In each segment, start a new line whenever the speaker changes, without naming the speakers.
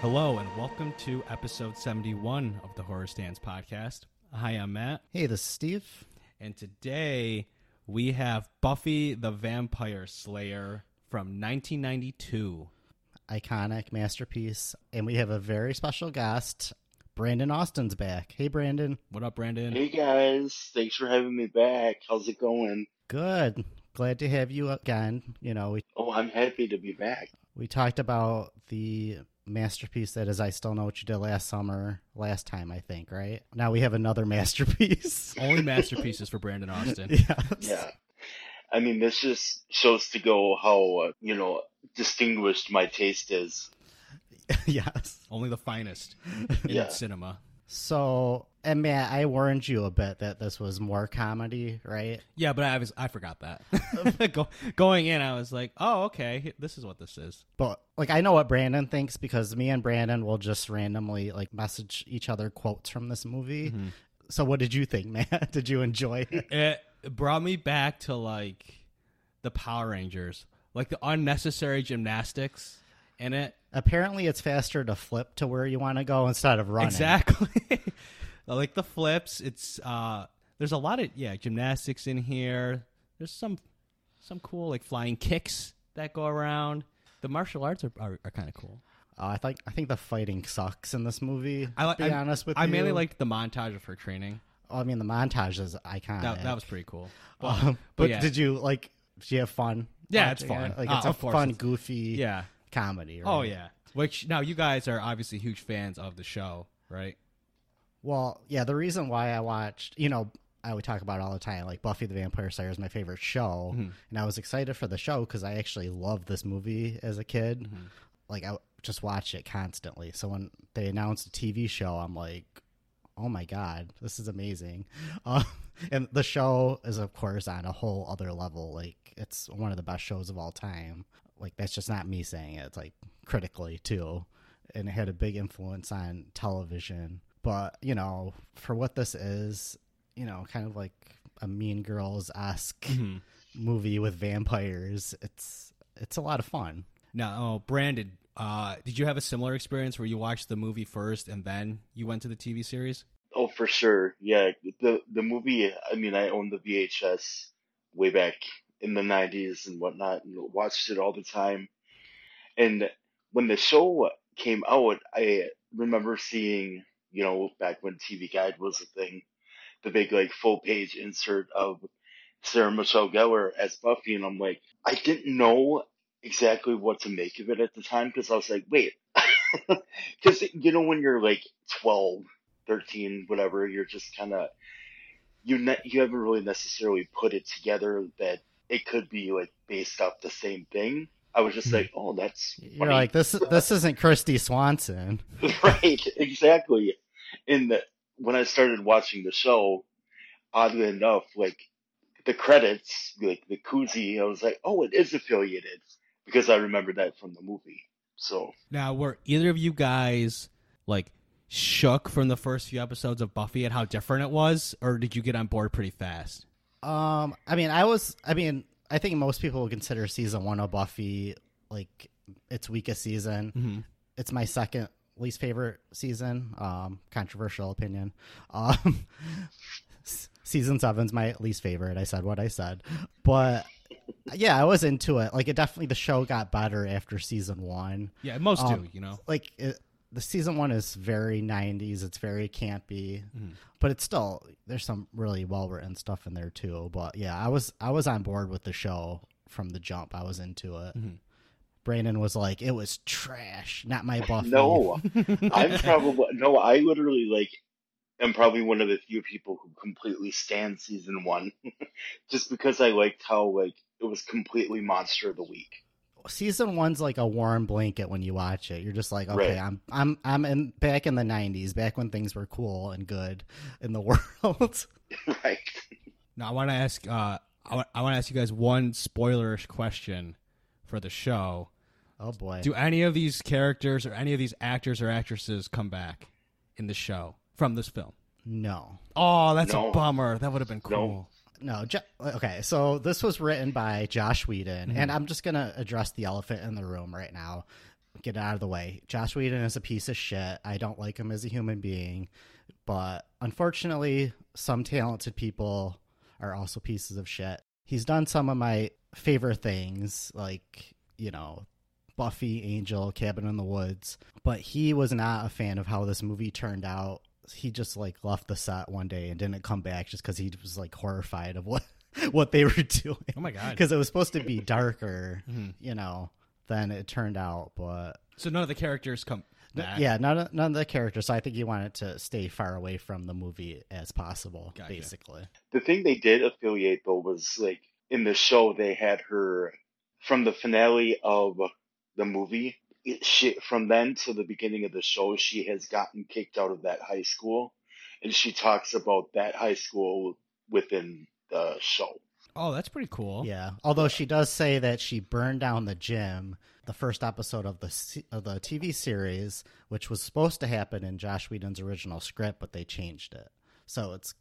Hello, and welcome to episode 71 of the Horror Stands podcast. Hi, I'm Matt,
Hey, this is Steve.
and today we have Buffy the Vampire Slayer from 1992.
Iconic masterpiece. And we have a very special guest. Brandon Austin's back. Hey, Brandon.
What up, Brandon?
Hey guys, thanks for having me back. How's it going?
Good. Glad to have you again. You know, we,
Oh, I'm happy to be back.
we talked about the masterpiece that is I Still Know What You Did Last Summer last time, I think, right? Now we have another masterpiece.
Only masterpieces for Brandon Austin.
yes.
Yeah. I mean, this just shows to go how, uh, you know, distinguished my taste is.
yes.
Only the finest in
Yeah.
cinema.
So, and Matt, I warned you a bit that this was more comedy, right?
Yeah, but I was I forgot that. Go, going in, I was like, oh, okay, this is what this is.
But like I know what Brandon thinks because me and Brandon will just randomly like message each other quotes from this movie.
Mm-hmm.
So what did you think, Matt? Did you enjoy it?
it brought me back to like the Power Rangers, like the unnecessary gymnastics in it.
Apparently it's faster to flip to where you want to go instead of running.
Exactly. I like the flips. It's uh there's a lot of yeah, gymnastics in here. There's some some cool like flying kicks that go around. The martial arts are are, are kind of cool.
Uh, I think I think the fighting sucks in this movie.
I like
to be honest with
I
you.
mainly liked the montage of her training.
Oh, I mean the montage is iconic.
That, that was pretty cool. But,
Um, but
but yeah.
did you like? Did you have fun?
Yeah, it's
watching
fun.
it? Like
Uh,
it's a
of course
fun,
it's-
goofy
yeah.
comedy. Right?
Oh yeah. Which now you guys are obviously huge fans of the show, right?
Well, yeah, the reason why I watched, you know, I would talk about it all the time, like Buffy the Vampire Slayer is my favorite show, and I was excited for the show because I actually loved this movie as a kid. Like I just watched it constantly. So when they announced a TV show, I'm like, oh my god, this is amazing. Uh, and the show is of course on a whole other level. Like it's one of the best shows of all time. Like that's just not me saying it. It's like critically too, and it had a big influence on television. But you know, for what this is, you know, kind of like a Mean Girls esque movie with vampires. It's it's a lot of fun.
Now, oh, Brandon, uh, did you have a similar experience where you watched the movie first and then you went to the TV series?
Oh, for sure. Yeah, the the movie, I mean, I owned the VHS way back in the 90s and whatnot, and watched it all the time. And when the show came out, I remember seeing, you know, back when TV Guide was a thing, the big, like, full page insert of Sarah Michelle Gellar as Buffy, and I'm like, I didn't know exactly what to make of it at the time because I was like, wait. Because, you know, when you're like 12, 13 whatever you're just kind of you ne- you haven't really necessarily put it together that it could be like based off the same thing i was just like oh that's
Hmm. You're
funny.
like this. This isn't Christy Swanson.
right exactly and the, when i started watching the show oddly enough like the credits like the koozie i was like oh it is affiliated because i remembered that from the movie so
Now, were either of you guys like shook from the first few episodes of Buffy and how different it was, or did you get on board pretty fast?
Um, I mean, I was. I mean, I think most people would consider season one of Buffy like its weakest season.
Mhm.
It's my second least favorite season. Um, controversial opinion. Um, s- season seven's my least favorite. I said what I said, but yeah, I was into it. Like, it definitely the show got better after season one
Yeah, most
Um,
do, you know.
like it, the season one is very 90s it's very campy
Mhm.
but it's still there's some really well written stuff in there too but yeah i was i was on board with the show from the jump i was into it
Mhm.
brandon was like it was trash not my buffy
no I'm probably no, I literally like am probably one of the few people who completely stand season one just because I liked how like it was completely monster of the week.
season one's like a warm blanket when you watch it you're just like okay
Right.
i'm i'm i'm in back in the 90s back when things were cool and good in the world
right.
Now, I want to ask. Uh, I want to ask you guys one spoilerish question for the show.
oh boy
Do any of these characters or any of these actors or actresses come back in the show from this film?
no
Oh, that's a
No.
bummer. That would have been cool.
No.
No, jo- okay. So this was written by Josh Whedon, and I'm just gonna address the elephant in the room right now. get it out of the way. Josh Whedon is a piece of shit. I don't like him as a human being, but unfortunately, some talented people are also pieces of shit. He's done some of my favorite things, like, you know, Buffy, Angel, Cabin in the Woods, but he was not a fan of how this movie turned out. He just like left the set one day and didn't come back just because he was like horrified of what what they were doing.
Oh my God.
Because it was supposed to be darker,
Mhm.
you know, than it turned out. But
So none of the characters come.
N-
back.
Yeah, none of, none of the characters. So I think you want it to stay far away from the movie as possible,
Gotcha.
basically.
The thing they did affiliate though was like in the show they had her from the finale of the movie. It, she from then to the beginning of the show, she has gotten kicked out of that high school, and she talks about that high school within the show.
Oh, that's pretty cool.
Yeah. Although she does say that she burned down the gym the first episode of the se- of the TV series, which was supposed to happen in Josh Whedon's original script, but they changed it. So it's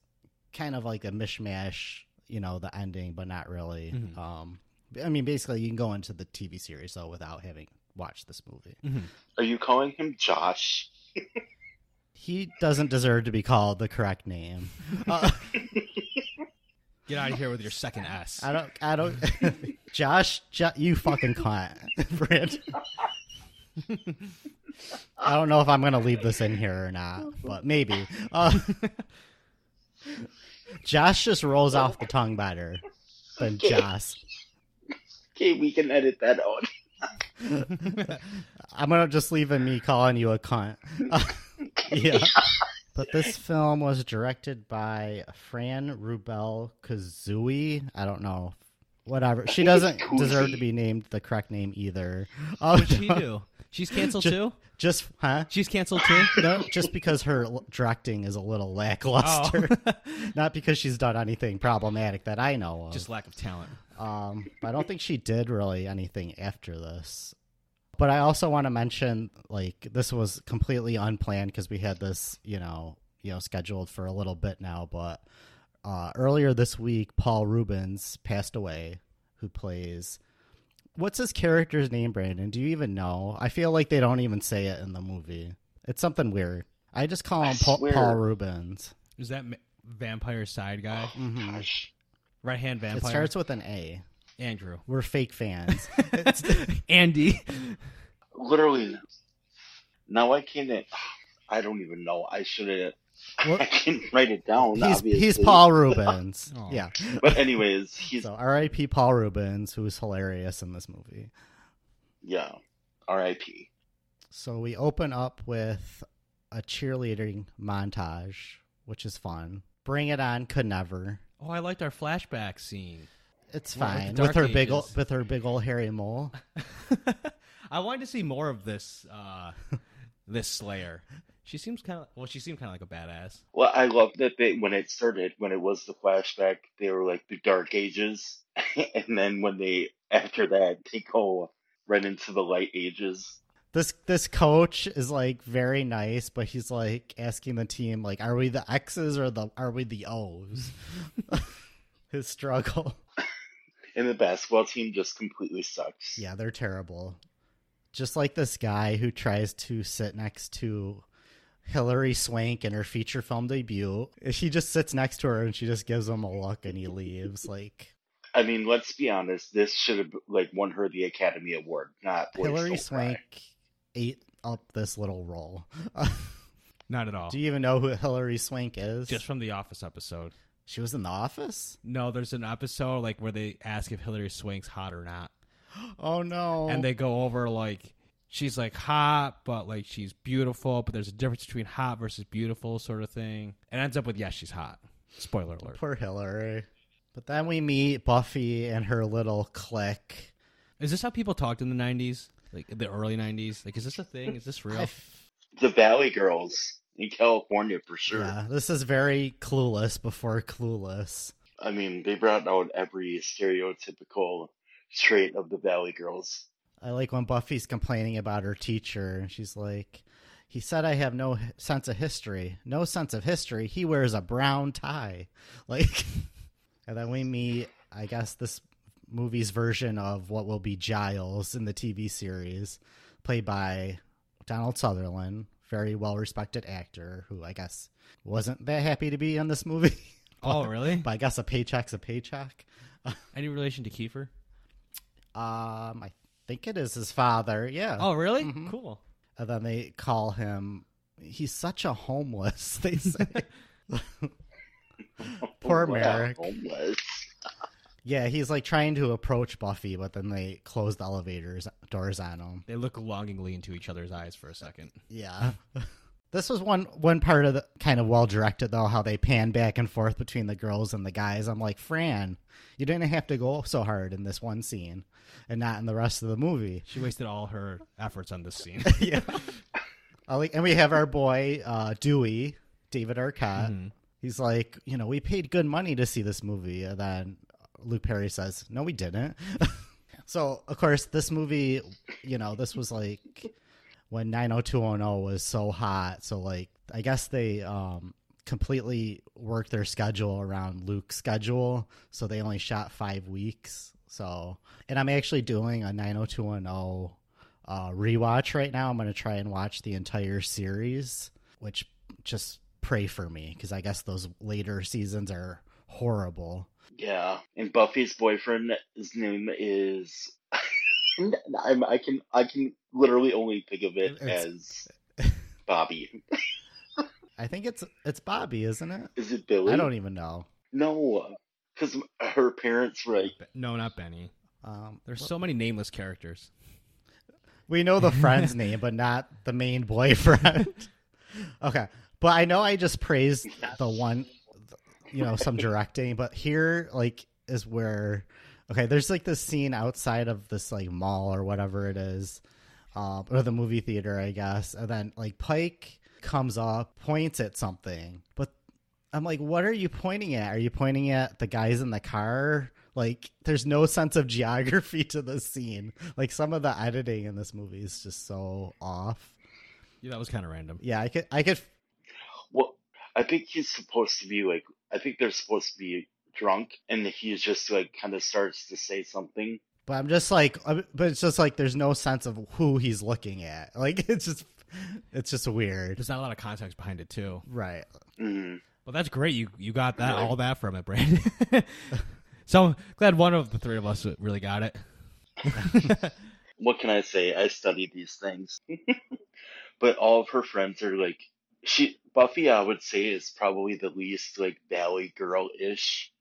kind of like a mishmash, you know, the ending, but not really.
Mhm.
Um, I mean, basically, you can go into the TV series though without having watched this movie.
Mhm.
Are you calling him Josh?
He doesn't deserve to be called the correct name. Uh,
Get out of here with your second S.
I don't. I don't. Josh, jo- you fucking cunt, Brent. I don't know if I'm gonna leave this in here or not, but maybe. Uh, Josh just rolls off the tongue better than Josh.
Okay, we can edit that out.
I'm gonna just leave in me calling you a cunt. Uh, yeah. But this film was directed by Fran Rubel Kazooie. I don't know. Whatever. She doesn't
Koozie.
deserve to be named the correct name either. Oh,
What'd she do? She's canceled
Ju-
too.
Just huh?
She's canceled too.
No, just because her l- directing is a little lackluster, not because she's done anything problematic that I know of.
Just lack of talent.
Um, but I don't think she did really anything after this. But I also want to mention, like, this was completely unplanned because we had this, you know, you know, scheduled for a little bit now. But uh, earlier this week, Paul Rubens passed away, who plays. What's his character's name, Brandon? Do you even know? I feel like they don't even say it in the movie. It's something weird. I just call
I
him Paul,
swear.
Paul Rubens.
Is that ma- vampire side guy?
Mhm.
Gosh.
Right hand
It
vampire.
starts with an A.
Andrew.
We're fake fans.
Andy.
Literally. Now I can't. I don't even know. I should have.
What-
I didn't write it down.
he's,
obviously.
he's Paul Rubens.
Aw.
Yeah.
But anyways, he's
So R.I.P. Paul Rubens, who is hilarious in this movie.
yeah. R.I.P.
So we open up with a cheerleading montage, which is fun. Bring It On could never.
Oh, I liked our flashback scene.
It's
Well,
fine
with
with,
Dark
her big
Ages.
ol- with her big old hairy mole.
I wanted to see more of this. Uh, this Slayer. She seems kind of well. She seemed kind of like a badass.
Well, I love that they when it started, when it was the flashback, they were like the Dark Ages, and then when they after that, they go right into the Light Ages.
This this coach is like very nice, but he's like asking the team like, "Are we the X's or the are we the O's?" His struggle.
And the basketball team just completely sucks.
Yeah, they're terrible. Just like this guy who tries to sit next to Hilary Swank in her feature film debut. She just sits next to her and she just gives him a look and he leaves. Like
I mean, let's be honest. This should have like won her the Academy Award, not Boys
Hilary
Don't
Swank
Cry.
ate up this little role.
Not at all.
Do you even know who Hilary Swank is?
Just from the Office episode.
she was in the office?
No, there's an episode like where they ask if Hillary Swank's hot or not.
Oh no.
and they go over like she's like hot but like she's beautiful but there's a difference between hot versus beautiful sort of thing and ends up with yes she's hot spoiler alert
Poor Hillary. But then we meet Buffy and her little clique.
is this how people talked in the 90s like the early 90s like is this a thing is this real
I
The Valley Girls in California for sure.
Yeah, this is very clueless before clueless.
I mean, they brought out every stereotypical trait of the Valley Girls.
I like when Buffy's complaining about her teacher, and she's like, "He said I have no h- sense of history. No sense of history. He wears a brown tie." Like, and then we meet, I guess, this movie's version of what will be Giles in the TV series. played by Donald Sutherland, very well respected actor who I guess wasn't that happy to be in this movie.
Oh, really?
but I guess a paycheck's a paycheck.
Any relation to Kiefer?
Um, I think it is his father. Yeah.
Oh, really?
Mhm.
Cool.
And then they call him. He's such a homeless. They say. Poor
Wow,
Merrick.
Homeless.
yeah, he's like trying to approach Buffy, but then they close the elevators doors on him.
They look longingly into each other's eyes for a second.
Yeah. This was one one part of the kind of well directed though how they pan back and forth between the girls and the guys. I'm like, "Fran, you didn't have to go so hard in this one scene and not in the rest of the movie."
She wasted all her efforts on this scene.
yeah. I like, and we have our boy uh, Dewey, David Arquette.
Mhm.
He's like, you know, we paid good money to see this movie, and then Luke Perry says, "No, we didn't." so, of course, this movie, you know, this was like when 90210 was so hot. So, like, I guess they um, completely worked their schedule around Luke's schedule, so they only shot five weeks. So, and I'm actually doing a 90210 uh, rewatch right now. I'm going to try and watch the entire series, which just pray for me because I guess those later seasons are horrible.
Yeah, and Buffy's boyfriend, his name is. I'm, I can I can literally only think of it
It's-
as Bobby.
I think it's it's Bobby, isn't it?
Is it Billy?
I don't e even know.
No, because her parents were like,
Be- no, not Benny.
Um,
There's so many nameless characters.
we know the friend's name, but not the main boyfriend. okay, but I know I just praised the one, you know, some directing, but here like is where okay, there's like this scene outside of this like mall or whatever it is, um, or the movie theater, I guess, and then like Pike comes up, points at something, but I'm like, what are you pointing at? Are you pointing at the guys in the car? Like, there's no sense of geography to the scene. Like, some of the editing in this movie is just so off.
Yeah, that was kind of random.
Yeah, I could, I could,
well, I think he's supposed to be like, I think they're supposed to be drunk, and he just like kind of starts to say something.
but I'm just like, I'm- but it's just like there's no sense of who he's looking at. Like, it's just, it's just weird.
There's not a lot of context behind it too.
Right.
Mm.
Well, that's great. You you got that
Really?
all that from it, Brandon. so I'm glad one of the three of us really got it.
What can I say? I study these things, but all of her friends are like, she Buffy. I would say is probably the least like valley girl ish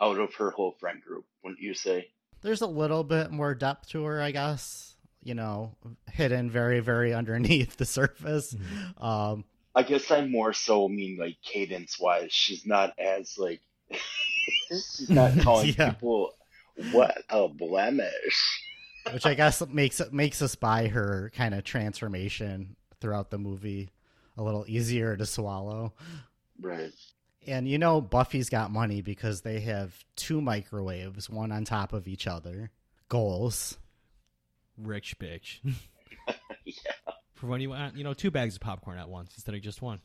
out of her whole friend group. Wouldn't you say?
There's a little bit more depth to her, I guess, you know, hidden very, very underneath the surface. Um,
I guess I more so mean like cadence wise. She's not as like she's not calling
Yeah.
people what a blemish.
which I guess makes makes us buy her kind of transformation throughout the movie a little easier to swallow.
Right.
And you know Buffy's got money because they have two microwaves, one on top of each other. Goals.
Rich bitch.
Yeah.
For when you want, you know, two bags of popcorn at once instead of just one.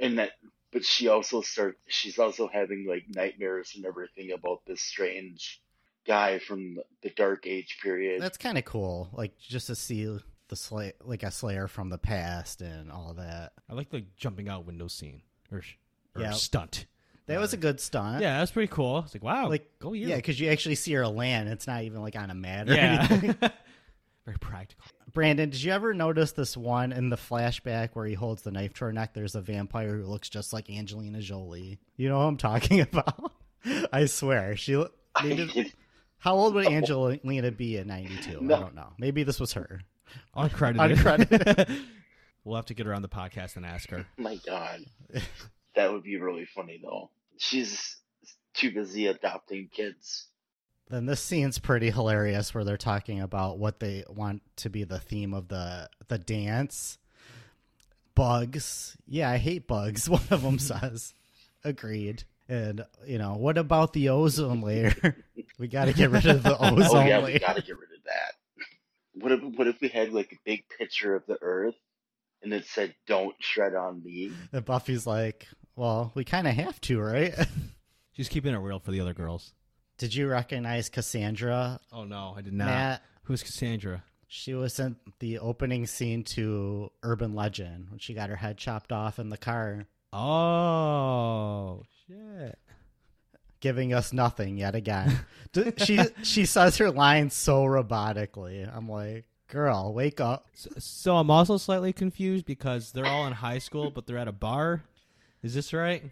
And that but she also starts she's also having like nightmares and everything about this strange guy from the dark age period.
That's kind of cool. Like just to see the slay, like a Slayer from the past and all that.
I like the jumping out window scene or, sh- or
Yeah.
stunt.
That was a good stunt.
Yeah, that's pretty cool. It's like wow,
Like
go you.
yeah, because you actually see her land. It's not even like on a mat or anything.
yeah. very practical.
Brandon, did you ever notice this one in the flashback where he holds the knife to her neck? There's a vampire who looks just like Angelina Jolie. You know what I'm talking about? I swear. She they did- How old would Angelina be at 92?
Oh. No.
I don't know. Maybe this was her.
Uncredited.
Uncredited.
we'll have to get her on the podcast and ask her.
My god. that would be really funny though. She's too busy adopting kids.
Then this scene's pretty hilarious where they're talking about what they want to be the theme of the the dance. Bugs. Yeah, I hate bugs, one of them says. Agreed. And you know, what about the ozone layer? we got to get rid of the
Oh
ozone
yeah, we
layer.
gotta get rid of that. What if what if we had like a big picture of the Earth and it said "Don't shred on me"?
And Buffy's like, "Well, we kind of have to, right?"
She's keeping it real for the other girls.
Did you recognize Cassandra?
Oh no, I did not.
Matt,
Who's Cassandra?
She was in the opening scene to Urban Legend when she got her head chopped off in the car,
Oh shit!
giving us nothing yet again. D- she she says her lines so robotically. I'm like, girl, wake up.
So, so I'm also slightly confused because they're all in high school, but they're at a bar. Is this right?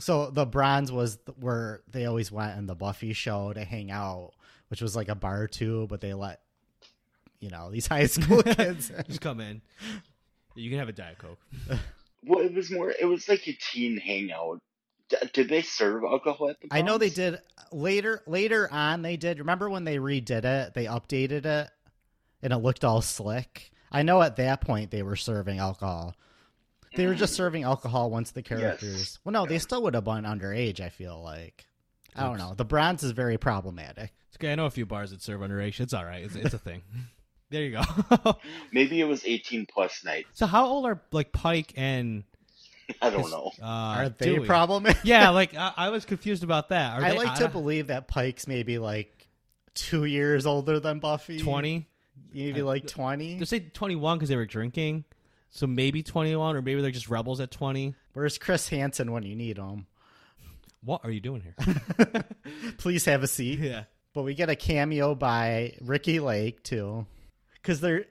so the bronze was th- where they always went in the Buffy show to hang out, which was like a bar or two, but they let you know these high school kids.
Just come in. You can have a diet coke.
Well, it was more. It was like a teen hangout. D- did they serve alcohol at the?
I know they
Bronx?
did uh, later. Later on, they did. Remember when they redid it? They updated it, and it looked all slick. I know at that point they were serving alcohol. They were
Mm.
just serving alcohol once the characters. Well, no, they still would have been underage. I feel like. I don't
Oops.
know. The bronze is very problematic.
It's okay. I know a few bars that serve underage. It's all right. It's, it's a thing. There you go.
Maybe it was eighteen plus night.
so how old are like Pike and
I don't
his-
know.
Uh,
Are they
Dewey?
problematic?
Yeah, like I, I was confused about that. Are
I
they,
like to
uh,
believe that Pike's maybe like two years older than Buffy.
twenty. Uh,
Maybe like 20.
They say twenty-one because they were drinking. So maybe twenty-one, or maybe they're just rebels at twenty.
Where's Chris Hansen when you need him?
What are you doing here?
Please have a seat.
yeah.
But we get a cameo by Ricky Lake too, because they're.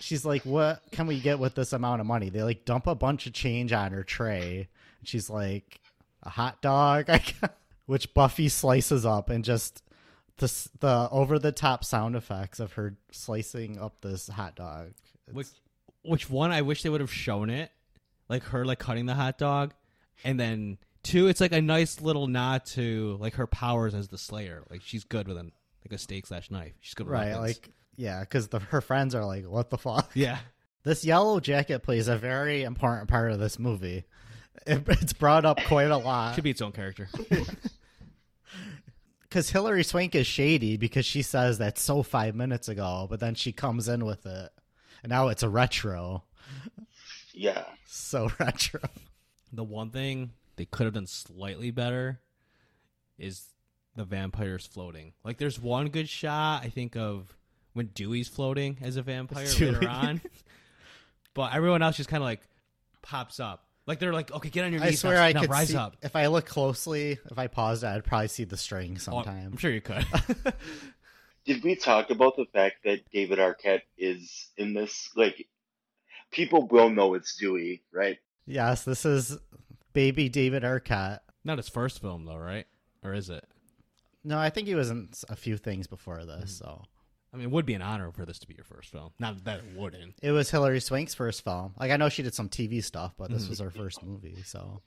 She's like, "What can we get with this amount of money?" They like dump a bunch of change on her tray, and she's like, "A hot dog," I guess," which Buffy slices up, and just the s- the over the top sound effects of her slicing up this hot dog.
Which which one I wish they would have shown it. Like her like cutting the hot dog. And then two, it's like a nice little nod to like her powers as the slayer. Like she's good with an like a steak slash knife. She's good with
right,
weapons.
like yeah, because her friends are like, "What the fuck?"
Yeah.
This yellow jacket plays a very important part of this movie. It, it's brought up quite a lot.
Should be its own character.
because Hillary Swank is shady because she says that's so five minutes ago, but then she comes in with it, and now it's a retro,
Yeah.
so retro.
the one thing they could have done slightly better is the vampires floating. Like there's one good shot I think of when Dewey's floating as a vampire
It's Dewey.
later on, but everyone else just kind of like pops up. Like they're like, okay, get on your
I
knees.
swear
now,
I
now
could
rise
see,
up.
if I look closely. If I paused, it, I'd probably see the string
Oh, I'm
sometime.
sure you could.
Did we talk about the fact that David Arquette is in this? Like, people will know it's Dewey, right?
yes, this is baby David Arquette.
Not his first film though, right? Or is it?
No, I think he was in s- a few things before
Mm.
this, so
I mean, it would be an honor for this to be your first film. Not that it wouldn't.
it was Hillary Swank's first film. Like I know she did some TV stuff, but
Mm.
this was her first movie, so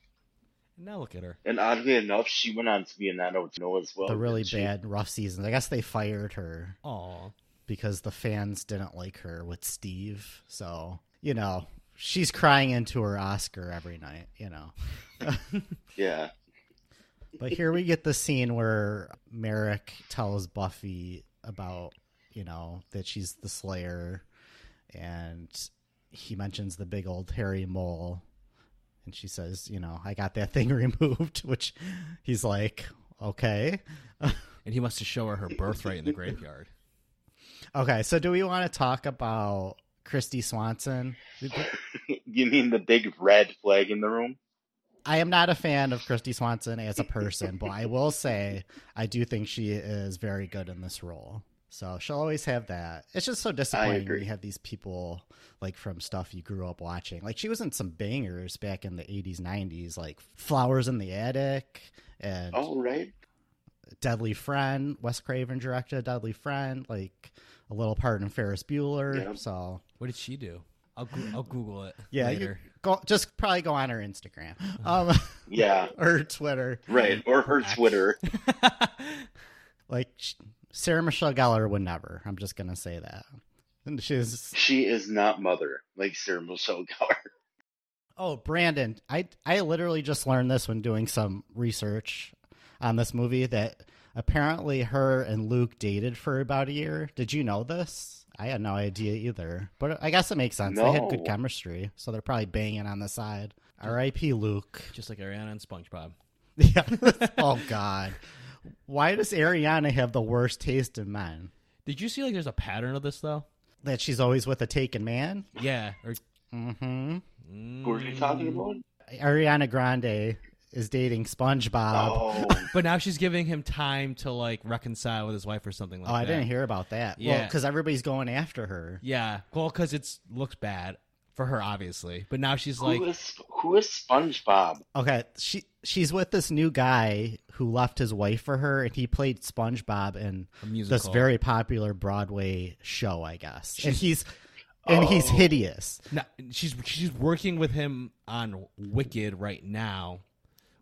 Now look at her.
And oddly enough, she went on to be in I Don't Know as well.
the really
didn't she?
bad, rough seasons. I guess they fired her
Aw.
because the fans didn't like her with Steve. So, you know, she's crying into her Oscar every night, you know.
Yeah.
But here we get the scene where Merrick tells Buffy about, you know, that she's the Slayer and he mentions the big old hairy mole and she says, you know, I got that thing removed, which he's like, okay.
And he must have show her her birthright in the graveyard.
Okay, so do we want to talk about Christy Swanson?
You mean the big red flag in the room?
I am not a fan of Christy Swanson as a person, but I will say I do think she is very good in this role. So she'll always have that. It's just so disappointing when
agree.
you have these people like from stuff you grew up watching. Like she was in some bangers back in the 80s, 90s, like Flowers in the Attic and
Oh, right.
Deadly Friend. Wes Craven directed Deadly Friend, like a little part in Ferris Bueller.
Yeah.
So
What did she do? I'll, goo- I'll Google it
yeah, you
later.
go, just probably go on her Instagram um,
Yeah.
or Twitter.
Right. Or her
Perhaps.
Twitter.
like sh- Sarah Michelle Gellar would never. I'm just gonna say that. And she's
She is not mother, like Sarah Michelle Gellar.
oh Brandon, I I literally just learned this when doing some research on this movie that apparently her and Luke dated for about a year. Did you know this? I had no idea either, but I guess it makes sense. They had good
No.
chemistry, so they're probably banging on the side. R.I.P. Luke.
Just like Ariana and SpongeBob.
Yeah. oh God. Why does Ariana have the worst taste in men?
Did you see like there's a pattern of this though?
that she's always with a taken man.
Yeah. Or, mm.
Mm-hmm.
Who are you talking about?
Mm, Ariana Grande is dating SpongeBob. Oh,
Oh,
But now she's giving him time to like reconcile with his wife or something like that.
Oh, I didn't hear about that. Yeah.
Yeah.
because everybody's going after her.
Yeah. Well, because it's looks bad for her, obviously. But now she's
who
like,
is who is SpongeBob?
Okay, she she's with this new guy who left his wife for her, and he played SpongeBob in
A musical.
this very popular Broadway show, I guess. and he's and he's
Oh.
hideous.
no, she's she's working with him on Wicked right now.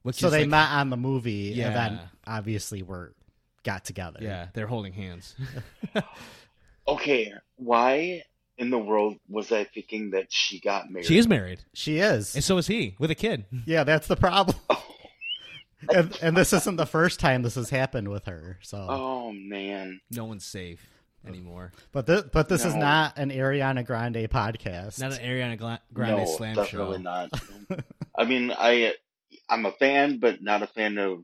Which
So
is
they
like-
met on the movie,
Yeah.
and then obviously we're got together.
Yeah, they're holding hands.
Okay, why in the world was I thinking that she got married?
she is married,
she is.
and so is he with a kid.
Yeah, that's the problem. and, and this isn't the first time this has happened with her. So,
Oh man.
No one's safe anymore.
but this, but this is
No.
not an Ariana Grande podcast.
Not an Ariana Gla- Grande
no,
slam
definitely
show.
not. I mean, I I'm a fan, but not a fan of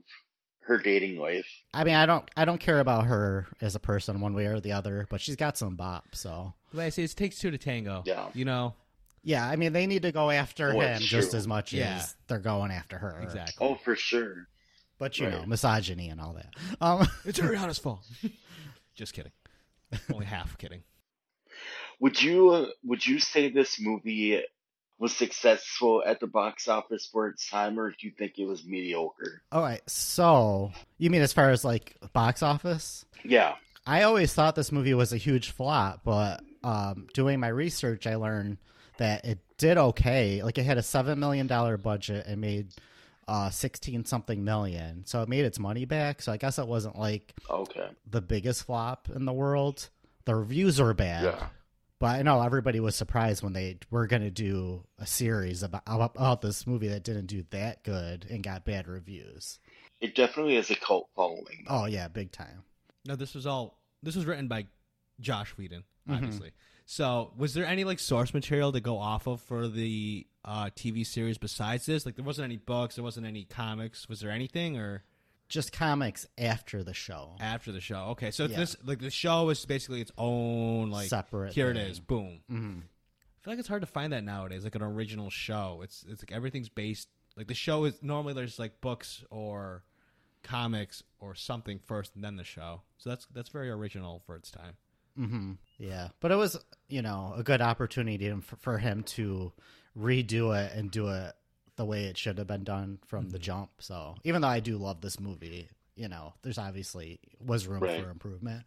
her dating life.
I mean, I don't, I don't care about her as a person one way or the other. But she's got some bop. So,
Like I say, it takes two to tango.
Yeah.
you know
yeah, I mean, they need to go after
Oh,
him
it's
just
true.
as much
Yeah.
as they're going after her.
exactly.
Oh, for sure.
But you know,
Right.
misogyny and all that. Um,
It's Ariana's fault. Just kidding. Only half kidding.
Would you would you say this movie was successful at the box office for its time, or do you think it was mediocre?
all right. So, you mean as far as like box office?
Yeah.
I always thought this movie was a huge flop, but um, doing my research, I learned that it did okay. Like it had a seven million dollar budget and made uh, sixteen something million, so it made its money back. So I guess it wasn't like
Okay.
the biggest flop in the world. The reviews were bad, but I know everybody was surprised when they were going to do a series about, about this movie that didn't do that good and got bad reviews.
It definitely is a cult following.
Oh yeah, big time.
No, this was all. This was written by Josh Whedon,
Mhm.
obviously. So, was there any like source material to go off of for the uh, TV series besides this? Like, there wasn't any books, there wasn't any comics. Was there anything or
Just comics after the show.
after the show? Okay, so
Yeah.
this like the show is basically its own like
Separate
Here it
thing.
is, boom.
Mhm.
Mm-hmm.
I feel like it's hard to find that nowadays, like an original show. It's it's like everything's based like the show is normally there's like books or comics or something first and then the show. So that's that's very original for its time.
Mm-hmm.
hmm Yeah, but it was you know a good opportunity to- for, for him to redo it and do it the way it should have been done from
Mm-hmm.
the jump. So even though I do love this movie, you know, there's obviously was room
Right.
for improvement.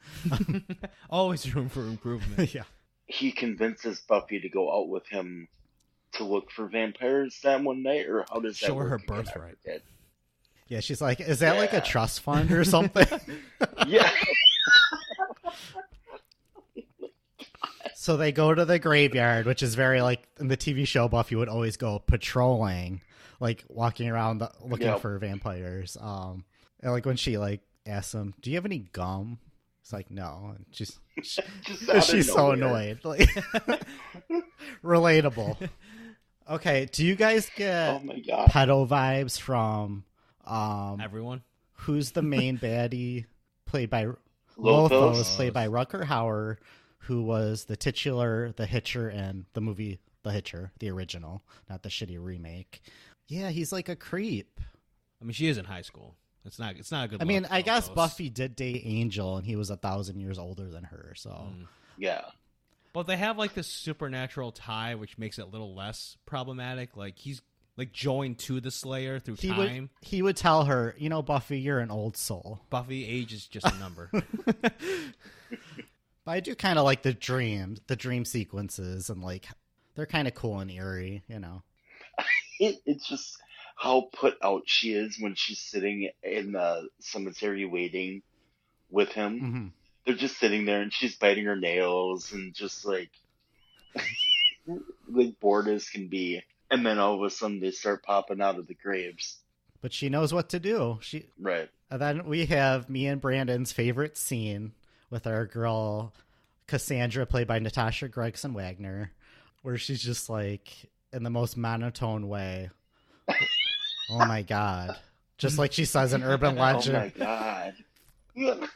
Always room for improvement.
yeah,
He convinces Buffy to go out with him to look for vampires that one night, or how does that
Show her her
work again? I
birthright.
forget.
yeah. She's like, is that like a
Yeah.
trust fund or something?
Yeah.
so they go to the graveyard, which is very like in the TV show Buffy would always go patrolling, like walking around the, looking
Yep.
for vampires. Um, and like when she like asks him, "Do you have any gum?" It's like no, and she's
Just out of
she's so
nowhere.
annoyed. Like, relatable. Okay, do you guys
Oh
get
my god.
pedo vibes from um
Everyone.
who's the main baddie played by
Lothos?
Lothos, played by Rucker Hauer, who was the titular, the hitcher in the movie The Hitcher, the original, not the shitty remake. Yeah, he's like a creep.
I mean, she is in high school. It's not. It's not a good.
I mean,
look,
I guess
Lothos.
Buffy did date Angel, and he was a thousand years older than her. So,
Mm.
Yeah.
But they have like this supernatural tie, which makes it a little less problematic. Like he's like joined to the Slayer through
he
time.
would he would tell her, you know, Buffy, you're an old soul.
Buffy age is just a number.
But I do kind of like the dreams, the dream sequences, and like they're kind of cool and eerie, you know.
It, it's just how put out she is when she's sitting in the cemetery waiting with him.
Mm. Mm-hmm.
hmm
They're just sitting there and she's biting her nails and just like like bored as can be. And then all of a sudden they start popping out of the graves.
But she knows what to do. She
Right.
and then we have me and Brandon's favorite scene with our girl Cassandra, played by Natasha Gregson Wagner, where she's just like in the most monotone way. oh my god! Just like she says in Urban
Oh my
Legend.
Oh my god.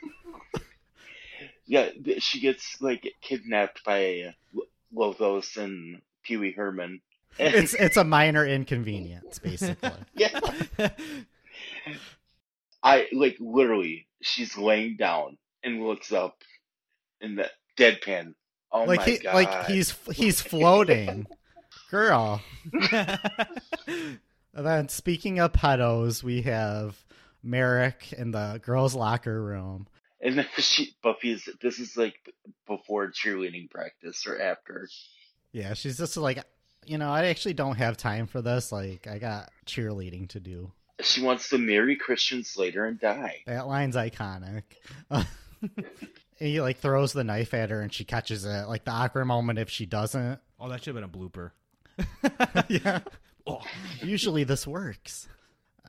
Yeah, th- she gets like kidnapped by L- Lothos and Pee Wee Herman. And,
It's it's a minor inconvenience, basically.
yeah, I like literally, she's laying down and looks up in the deadpan. Oh
like
my
he
god!
like he's he's floating, girl. And then speaking of pedos, we have Merrick in the girls' locker room.
and then she Buffy's. This is like before cheerleading practice or after.
Yeah, she's just like, you know, I actually don't have time for this. Like, I got cheerleading to do.
She wants to marry Christian Slater and die.
That line's iconic. and he like throws the knife at her, and she catches it. Like the awkward moment if she doesn't.
oh, that should have been a blooper.
yeah.
Oh,
Usually this works.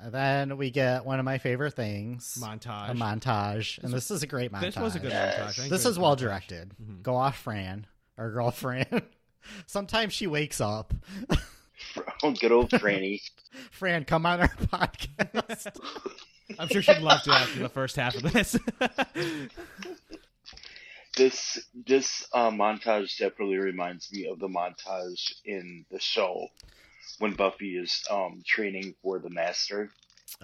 And then we get one of my favorite things:
montage.
a montage. And this is a great montage.
This was a good
Yes.
montage. I think
This
it was
is
a
well
montage.
directed.
Mhm.
Go off, Fran, our girl Fran. Sometimes she wakes up.
Oh, good old Franny.
Fran, come on our podcast.
I'm sure she loved it after the first half of this.
this this uh, montage definitely reminds me of the montage in the show when Buffy is um training for the master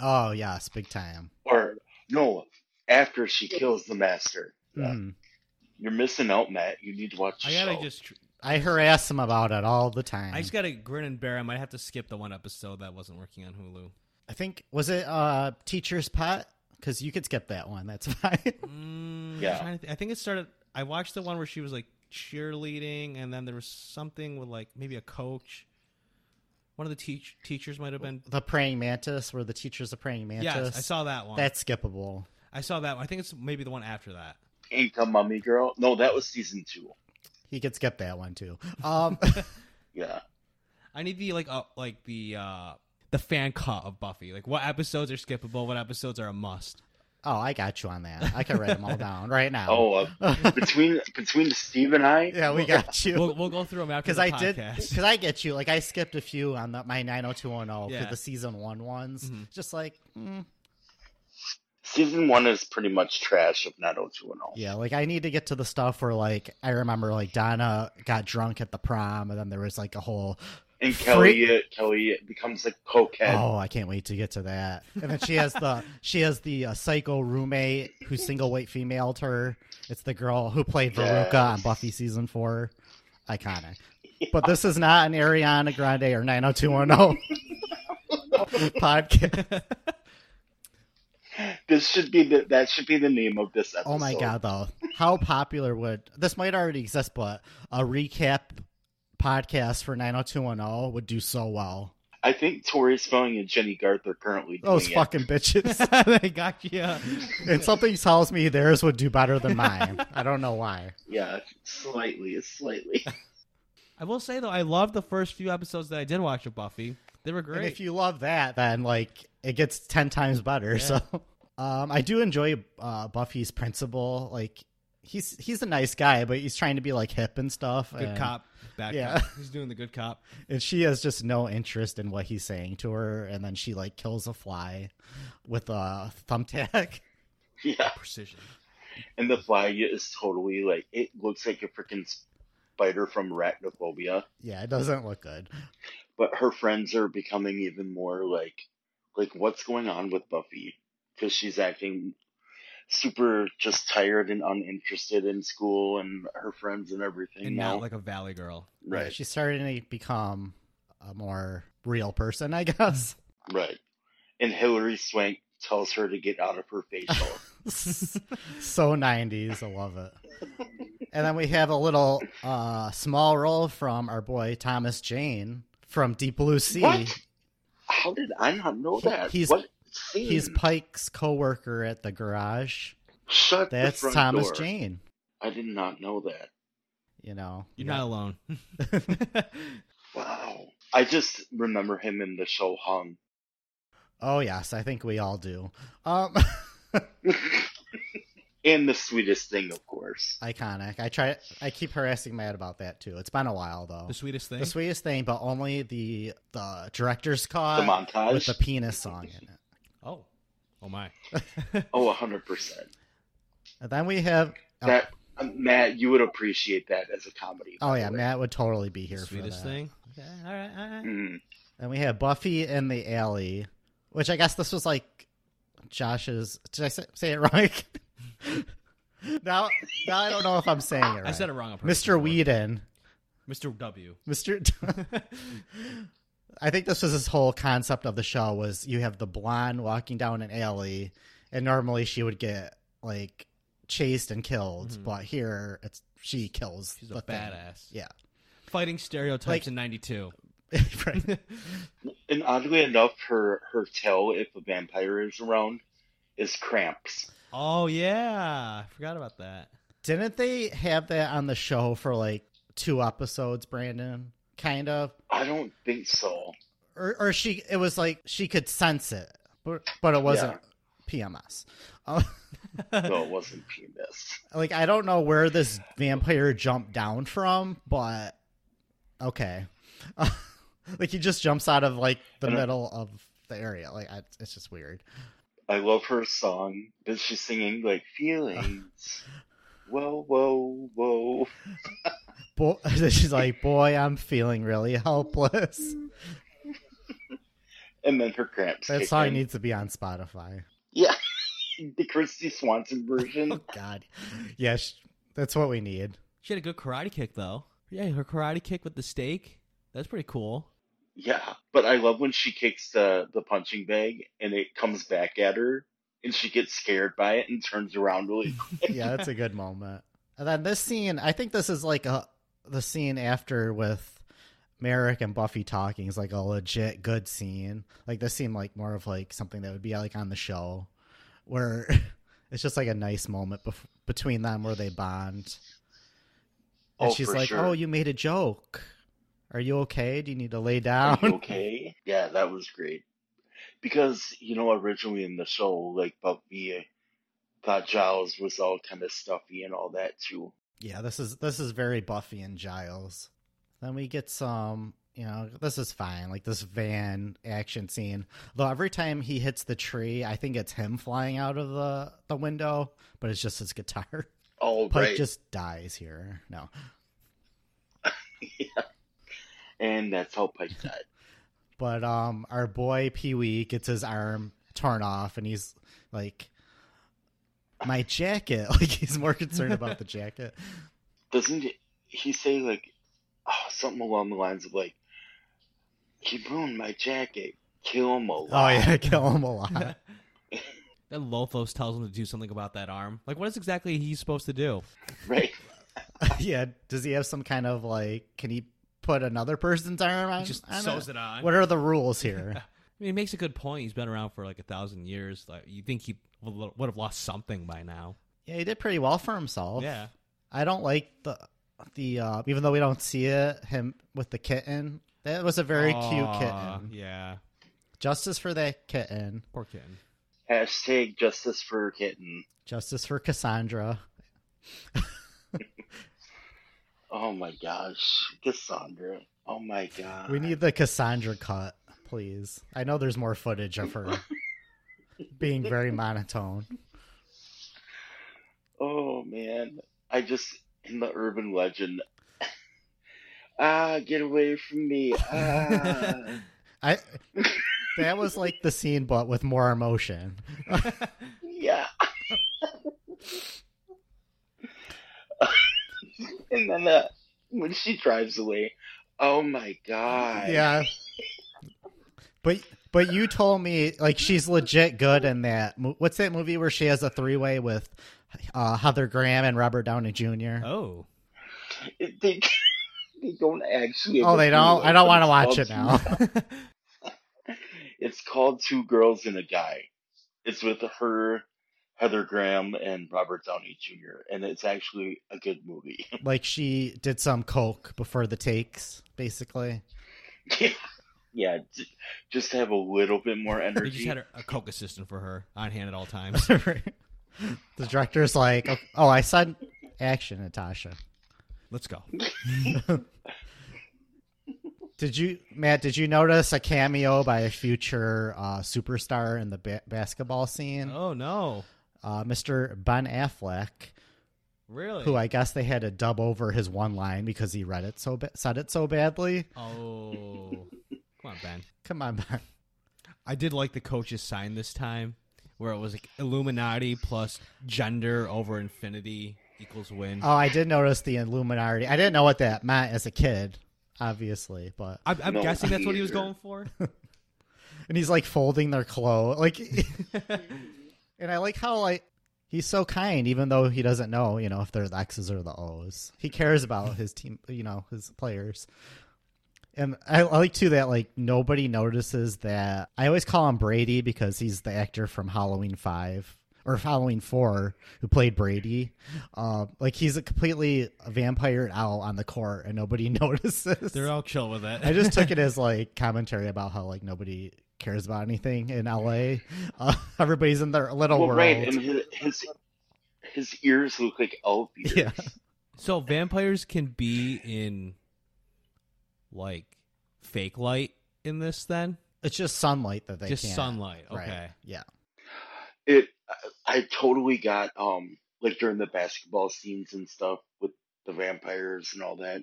oh yes, big time.
or no after she kills the master. Yeah.
Mhm.
You're missing out, Matt. You need to watch. The
I gotta
show.
just, tr-
I harass him about it all the time.
I just gotta grin and bear. I might have to skip the one episode that wasn't working on Hulu.
I think was it uh teacher's pet because you could skip that one. That's fine.
Mm,
Yeah.
I'm trying to thi- I think it started. I watched the one where she was like cheerleading, and then there was something with like maybe a coach. One of the teach teachers might have been.
the praying mantis, where the teacher's a praying mantis.
Yes, I saw that one.
That's skippable.
I saw that. one. I think it's maybe the one after that.
Income Mummy Girl. No, that was season two.
He could skip that one too. Um,
Yeah.
I need the like uh, like the uh the fan cut of Buffy. Like what episodes are skippable, what episodes are a must.
oh, I got you on that. I can write them all down right now.
Oh, uh, between between Steve and I,
yeah, we got you.
We'll we'll go through them after
because
the
I did
podcast.
because I get you. Like I skipped a few on the, my 90210
Yeah.
for the season one ones.
Mhm.
Just like mm,
season one is pretty much trash if not 020.
yeah, like I need to get to the stuff where like I remember like Donna got drunk at the prom, and then there was like a whole
And
Freak-
Kelly uh, Kelly becomes a cokehead.
oh I can't wait to get to that. And then she has the she has the uh, psycho roommate who's single white female to her. It's the girl who played Veruca on
Yes.
Buffy season four, iconic. But this is not an Ariana Grande or 90210 podcast.
This should be the that should be the name of this episode.
Oh my god, though, how popular would this might already exist, but a recap podcast for 90210 would do so well.
I think Tori Spelling and Jenny Garth are currently doing
Those
it.
fucking bitches.
they got you.
and something tells me theirs would do better than mine. I don't know why.
Yeah, slightly, slightly.
I will say though, I loved the first few episodes that I did watch of Buffy. They were
And
great.
if you love that, then like it gets 10 times better. So, um, I do enjoy uh, Buffy's principal. Like, he's he's a nice guy, but he's trying to be like hip and stuff.
good
and-
cop, bad
yeah.
cop. He's doing the good cop.
and she has just no interest in what he's saying to her and then she like kills a fly with a thumbtack
yeah,
Precision.
and the fly is totally like it looks like a freaking spider from Arachnophobia,
yeah it doesn't look good
but her friends are becoming even more like like what's going on with Buffy because she's acting super just tired and uninterested in school and her friends and everything
And
now.
not like a valley girl.
right,
she's starting to become a more real person i guess
right. And Hillary Swank tells her to get out of her facial.
so 90s i love it and then we have a little uh small role from our boy thomas jane from deep blue sea
What? How did I not know
He-
that?
he's-
what scene?
he's pike's co-worker at the garage
Shut the
that's
front
thomas
door.
jane
I did not know that.
you know
You're
Yeah.
not alone.
Wow. I just remember him in the show Hung.
Oh yes, I think we all do. Um,
and the sweetest thing, of course.
iconic. I try. I keep harassing Matt about that too. It's been a while though.
the sweetest thing.
The sweetest thing, but only the the director's
The
cut
montage.
Uh, with the penis song in it.
oh. Oh my.
Oh, 100%.
And then we have. oh,
That um, Matt, you would appreciate that as a comedy. by
Oh
the
yeah,
way.
Matt would totally be here
The
for
sweetest
that.
thing. Okay, all right, all right.
Mm.
And we have Buffy and the Alley, which I guess this was like Josh's. Did I say, say it wrong? now, now I don't know if I'm saying it right.
I said it wrong. on purpose
Mr.
before.
Whedon,
Mr. W.
Mr. I think this was his whole concept of the show was you have the blonde walking down an alley, and normally she would get like chased and killed,
Mhm.
but here it's she kills.
She's a
the thing.
badass.
Yeah.
Fighting stereotypes
Like-
in '92.
Right.
And oddly enough, her her tell if a vampire is around is cramps.
oh yeah, I forgot about that.
Didn't they have that on the show for like two episodes, Brandon? Kind of,
I don't think so.
or or she it was like she could sense it, but but it wasn't PMS. Uh,
No, it wasn't PMS.
like I don't know where this vampire jumped down from, but okay, like he just jumps out of like the
I don't-
middle of the area. Like I, it's just weird.
I love her song. That she's singing like feelings. whoa, whoa, whoa.
Bo- she's like, boy, I'm feeling really helpless.
And then her cramps.
That
kick
song
in.
needs to be on Spotify.
Yeah. the Christy Swanson version.
Oh God, yes, that's what we need.
She had a good karate kick though. Yeah, her karate kick with the stake. That's pretty cool.
yeah. But I love when she kicks the, the punching bag and it comes back at her and she gets scared by it and turns around really
yeah, that's a good moment. And then this scene, I think this is like a the scene after with Merrick and Buffy talking is like a legit good scene. Like this seemed like more of like something that would be like on the show, where it's just like a nice moment bef- between them where they bond. And
Oh,
she's
for
like,
sure.
"Oh, you made a joke. Are you okay? Do you need to lay
Are
down?"
you okay? Yeah, that was great. Because, you know, originally in the show, like Buffy thought Giles was all kind of stuffy and all that too.
Yeah, this is this is very Buffy and Giles. Then we get some, you know, this is fine. Like this van action scene. Though every time he hits the tree, I think it's him flying out of the the window, but it's just his guitar.
All
Pike
right.
just dies here. No.
And that's how Pike died.
But um our boy Pee Wee gets his arm torn off and he's like my jacket. Like he's more concerned about the jacket.
Doesn't he- he say, like, oh, something along the lines of, like, he ruined my jacket. Kill him
Oh
alive.
yeah, kill him a lot.
then Lothos tells him to do something about that arm. Like, what is exactly he's supposed to do?
Right?
yeah. Does he have some kind of like? Can he put another person's arm on?
He just
on
sews it on.
What are the rules here?
I mean, he makes a good point. He's been around for like a thousand years. Like, you think he would would have lost something by now?
yeah, he did pretty well for himself.
Yeah,
I don't like the the uh, even though we don't see it him with the kitten. That was a very
Aw,
cute kitten.
Yeah,
Justice for that kitten.
poor kitten.
Hashtag justice for kitten.
Justice for Cassandra.
Oh my gosh. Cassandra. Oh my god.
We need the Cassandra cut, please. I know there's more footage of her being very monotone.
Oh man, I just in the urban legend. ah, get away from me! Ah.
I that was like the scene, but with more emotion.
yeah. and then uh, when she drives away, oh my god!
Yeah. But but you told me like she's legit good in that. mo- What's that movie where she has a three way with uh, Heather Graham and Robert Downey Jr. Oh,
Oh,
It- they they don't actually.
Oh, they don't. I don't want to watch it now.
It's called Two Girls and a Guy. It's with her, Heather Graham, and Robert Downey Jr. And it's actually a good movie.
like she did some coke before the takes, basically.
yeah, yeah, j- just to have a little bit more
he
energy.
just had a, a coke assistant for her on hand at all times.
the director's like, oh, I said action, Natasha.
Let's go.
Did you, Matt? Did you notice a cameo by a future uh, superstar in the ba- basketball scene?
Oh no,
uh, Mr. Ben Affleck,
Really?
who I guess they had to dub over his one line because he read it so ba- said it so badly.
oh, come on, Ben.
Come on, Ben.
I did like the coach's sign this time, where it was like Illuminati plus gender over infinity equals win.
Oh, I did notice the Illuminati. I didn't know what that meant as a kid, obviously, but
I'm, I'm
No,
guessing that's what he was
neither.
going for.
and he's like folding their clothes, like, and I like how like he's so kind, even though he doesn't know, you know, if they're the X's or the O's. He cares about his team, you know, his players. And I, I like too that like nobody notices that I always call him Brady because he's the actor from Halloween Five or Halloween Four who played Brady. Uh, like he's a completely vampire out on the court and nobody notices.
They're all chill with it.
I just took it as like commentary about how like nobody cares about anything in LA. Uh, everybody's in their little
well,
world.
right, and his, his his ears look like elf ears.
Yeah.
so vampires can be in like fake light in this, then
It's just sunlight that they
just
can't.
sunlight. Okay,
Right. Yeah.
It, I, I totally got um like during the basketball scenes and stuff with the vampires and all that.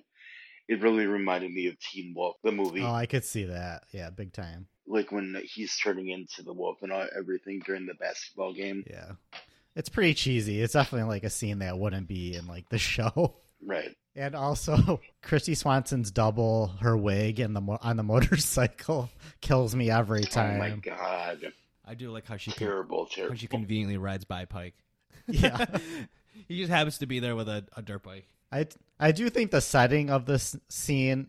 It really reminded me of Teen Wolf, the movie,
Oh, I could see that. Yeah, big time.
like when he's turning into the wolf and all, everything during the basketball game.
Yeah. It's pretty cheesy. It's definitely like a scene that wouldn't be in like the show.
Right. Oh
And also, Christy Swanson's double, her wig, and the mo- on the motorcycle kills me every
Oh
time.
my god!
I do like how she con-
Terrible,
how
terrible.
she conveniently rides by Pike.
Yeah.
he just happens to be there with a, a dirt bike.
I I do think the setting of this scene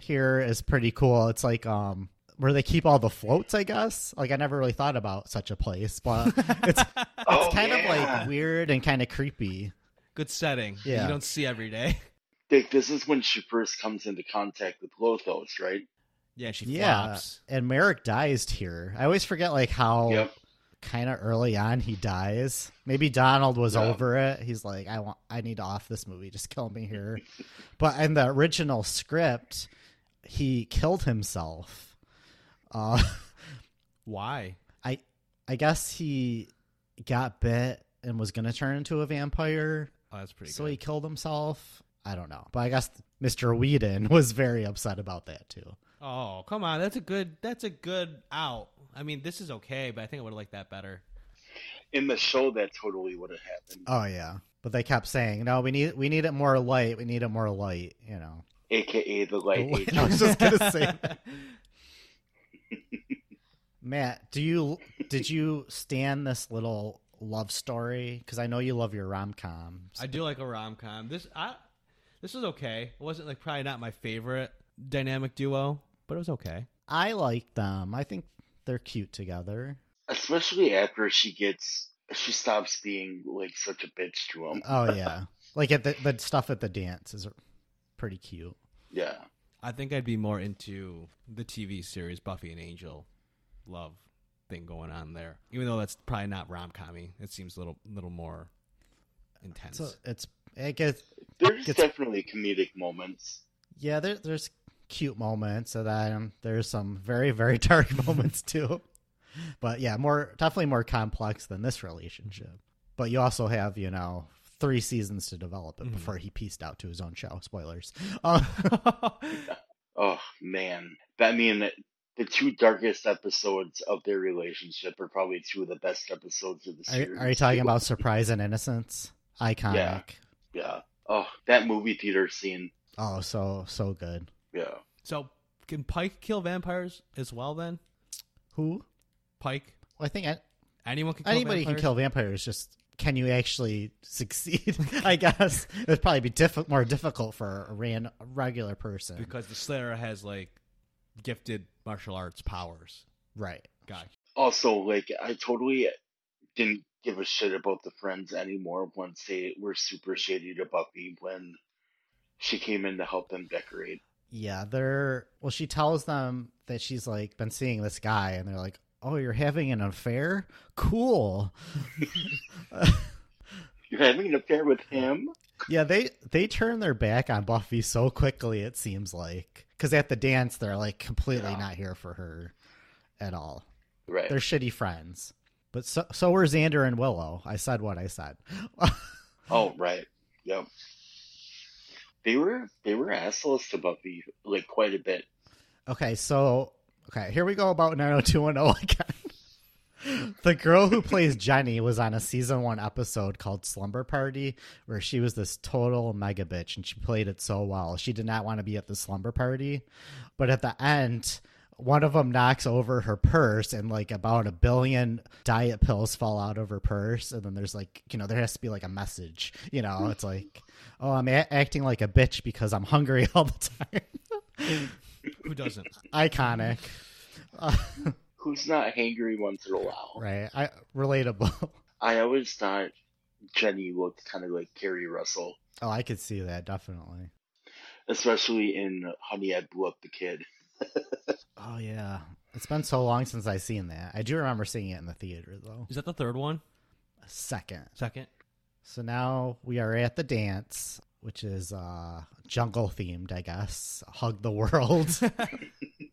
here is pretty cool. It's like um where they keep all the floats, I guess. Like I never really thought about such a place, but it's
Oh,
it's kind of
yeah.
like weird and kind of creepy.
Good setting. that
Yeah.
You don't see every day.
Dick, this is when she first comes into contact with Lothos, right?
Yeah, she
Yeah.
flops.
And Merrick dies here. I always forget like how
Yep.
kind of early on he dies. Maybe Donald was
Yeah.
over it. He's like, I want, I need to off this movie. Just kill me here. but in the original script, he killed himself. Uh,
Why?
I I guess he got bit and was gonna turn into a vampire,
Oh, that's pretty
so
good.
he killed himself. I don't know, but I guess Mr. Whedon was very upset about that too.
Oh, come on. That's a good that's a good out. I mean, this is okay, but I think I would have liked that better.
In the show, that totally would have happened.
Oh yeah, but they kept saying, "No, we need we need it more light. We need it more light." You know,
AKA the Light
Oh,
Age.
I was just gonna say Matt, do you did you stand this little love story? Because I know you love your rom coms.
I do like a rom com. This I this was okay. It wasn't like probably not my favorite dynamic duo, but it was okay.
I like them. I think they're cute together.
Especially after she gets, she stops being like such a bitch to him.
Oh yeah, like at the the stuff at the dance is pretty cute.
Yeah.
I think I'd be more into the TV series Buffy and Angel love thing going on there. Even though that's probably not rom commy. It seems a little little more intense.
So it's it gets
There's
Gets-
definitely comedic moments.
yeah. There, there's cute moments, and then there's some very very dark moments too. But yeah, more definitely more complex than this relationship. But you also have you know three seasons to develop it
Mhm.
before he pieced out to his own show. Spoilers. Uh,
Oh, man. I mean, the two darkest episodes of their relationship are probably two of the best episodes of the
are,
series.
are you talking about surprise and innocence? Iconic.
Yeah. Yeah. Oh, that movie theater scene.
Oh, so so good.
Yeah.
so can Pike kill vampires as well then?
Who?
Pike?
I think I,
Anyone can kill
anybody can
vampires?
kill vampires just can you actually succeed i guess it'd probably be diff- more difficult for a ran- a regular person
because the Slayer has like gifted martial arts powers.
right
Gotcha.
also like I totally didn't give a shit about the friends anymore once they were super shady to Buffy when she came in to help them decorate.
yeah they're well she tells them that she's like been seeing this guy and they're like oh you're having an affair cool
You're having an affair with him?
yeah they they turn their back on buffy so quickly it seems like because at the dance they're like completely
Yeah.
not here for her at all
Right.
they're shitty friends but so, so were xander and willow i said what i said
Oh right. Yep. They were they were assholes to Buffy like quite a bit.
Okay, so okay, here we go about 90210 again. the girl who plays Jenny was on a season one episode called Slumber Party, where she was this total mega bitch, and she played it so well. She did not want to be at the slumber party, but at the end, one of them knocks over her purse, and like about a billion diet pills fall out of her purse, and then there's like you know there has to be like a message, you know, it's like oh I'm a- acting like a bitch because I'm hungry all the time.
Who doesn't?
iconic Uh,
Who's not hangry once in a while?
right i relatable
I always thought Jenny looked kind of like Carrie Russell,
oh i could see that definitely
especially in Honey, I Blew Up the Kid.
oh yeah it's been so long since i seen that i do remember seeing it in the theater though
Is that the third one?
second
Second.
so now we are at the dance which is uh jungle themed i guess hug the world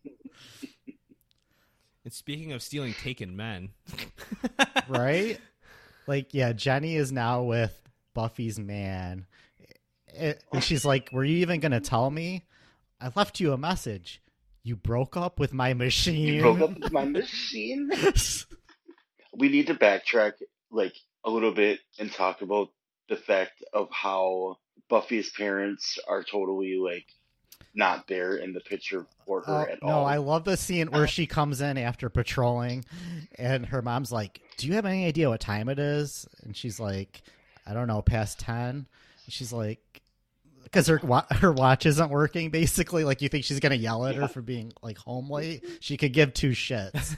And speaking of stealing taken men,
right like yeah jenny is now with buffy's man It- and she's like were you even gonna tell me i left you a message you broke up with my machine
You broke up with my machine. we need to backtrack like a little bit and talk about the fact of how Buffy's parents are totally like not there in the picture for her
Oh,
at
no,
all.
I love the scene where she comes in after patrolling, and her mom's like, "Do you have any idea what time it is?" And she's like, "I don't know, past 10. She's like, because her wa- her watch isn't working. Basically, like you think she's gonna yell at her
Yeah.
for being like home late. She could give two shits.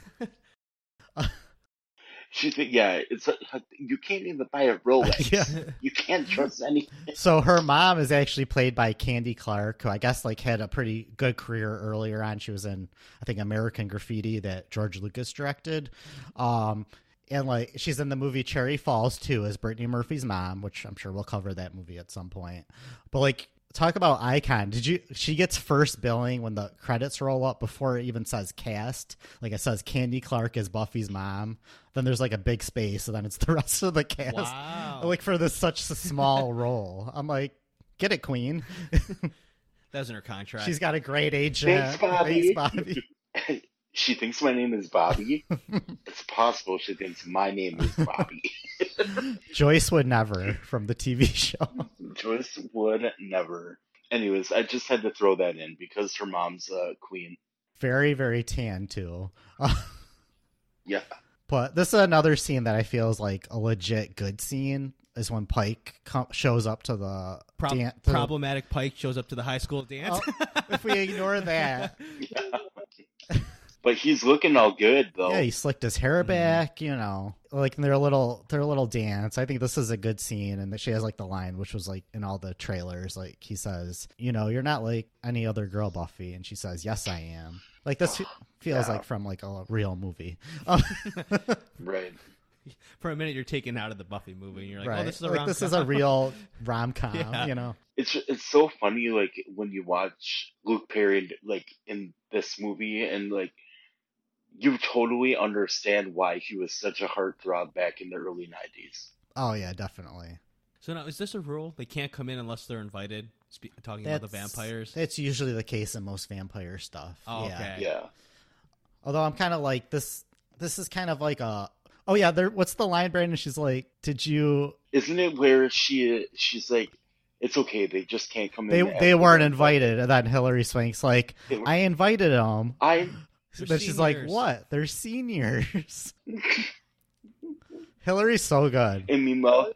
She's yeah, it's a- you can't even buy a Rolex.
yeah.
You can't trust anything.
So her mom is actually played by Candy Clark, who I guess like had a pretty good career earlier on. She was in I think American Graffiti that George Lucas directed. Um and like she's in the movie Cherry Falls too as Brittany Murphy's mom, which I'm sure we'll cover that movie at some point. But like talk about icon. Did you she gets first billing when the credits roll up before it even says cast. Like it says Candy Clark as Buffy's mom. Then there's like a big space and then it's the rest of the cast
wow,
like for this such a small role. I'm like, get it, Queen.
that was in her contract.
She's got a great agent.
Thanks, Bobby.
Thanks, Bobby.
she thinks my name is Bobby. it's possible she thinks my name is Bobby.
Joyce would never from the TV show.
Joyce would never. Anyways, I just had to throw that in because her mom's a queen.
Very, very tan too.
Yeah.
but this is another scene that I feel is like a legit good scene. Is when Pike com- shows up to the
Prob-
dan- Oh, to the-
problematic Pike shows up to the high school dance.
if we ignore that,
But he's looking all good though.
yeah, he slicked his hair
Mhm.
back. You know, like in their little their little dance. I think this is a good scene, and that she has like the line, which was like in all the trailers. Like he says, you know, you're not like any other girl, Buffy, and she says, yes, I am. Like this fe- feels
Yeah.
like from like a real movie.
Right.
For a minute, you're taken out of the Buffy movie, and you're like,
right?
"Oh, this is a
like
rom-
this is a real rom com.
Yeah.
You know,
It's it's so funny like when you watch Luke Perry like in this movie and like you totally understand why he was such a heartthrob back in the early nineties.
oh yeah, definitely.
So now, is this a rule? They can't come in unless they're invited. Spe- talking about the
That's-
vampires.
That's usually the case in most vampire stuff.
Oh,
yeah.
okay.
Yeah.
Although I'm kind of like this. This is kind of like a. Oh yeah, there. What's the line, Brandon? She's like, "Did you
Isn't it where she she's like, it's okay, they just can't come
they
in.
they
after
weren't
the-
invited. And then Hillary Swank's like,
They were-
I invited them.
I
They're
But she's like,
seniors.
what? They're seniors. Hillary's so good.
and meanwhile,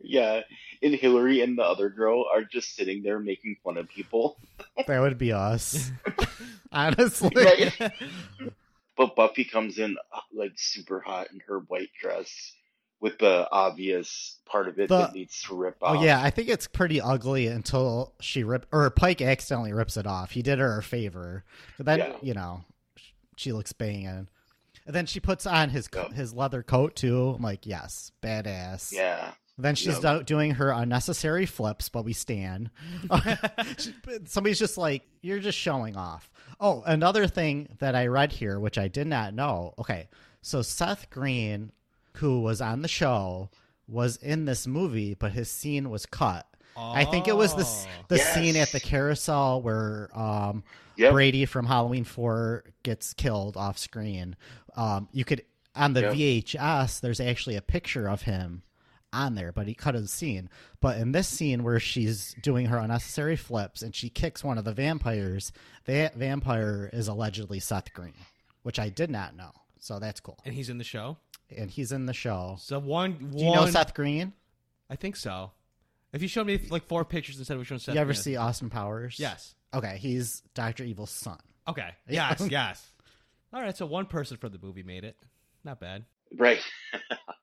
yeah, and Hillary and the other girl are just sitting there making fun of people.
That would be us. Honestly.
Right? but Buffy comes in uh, like super hot in her white dress with the obvious part of it
The-
that needs to rip off.
Oh yeah, I think it's pretty ugly until she rip or Pike accidentally rips it off. He did her a favor, but then
Yeah.
you know sh- she looks banging, and then she puts on his co-
Yeah.
his leather coat too. I'm like, yes, badass.
yeah.
Then she's
Yeah.
do- doing her unnecessary flips, but we stand. Somebody's just like, you're just showing off. Oh, another thing that I read here, which I did not know. Okay. So Seth Green, who was on the show, was in this movie, but his scene was cut. I think it was the s- the
Oh. Yes.
scene at the carousel where um,
Yep.
Brady from Halloween Four gets killed off screen. Um, you could on the
Yep.
VHS. There's actually a picture of him on there, but he cut his scene. But in this scene where she's doing her unnecessary flips and she kicks one of the vampires, that vampire is allegedly Seth Green, which I did not know. So that's cool.
and he's in the show.
And he's in the show.
So one,
Do you know
one-
Seth Green?
I think so. If you showed me like four pictures instead of showing Seth,
you ever
Green-
see Austin Powers?
Yes.
Okay, he's Doctor Evil's son.
Okay.
Yeah.
Yes. yes. All right. So one person from the movie made it. Not bad.
Right.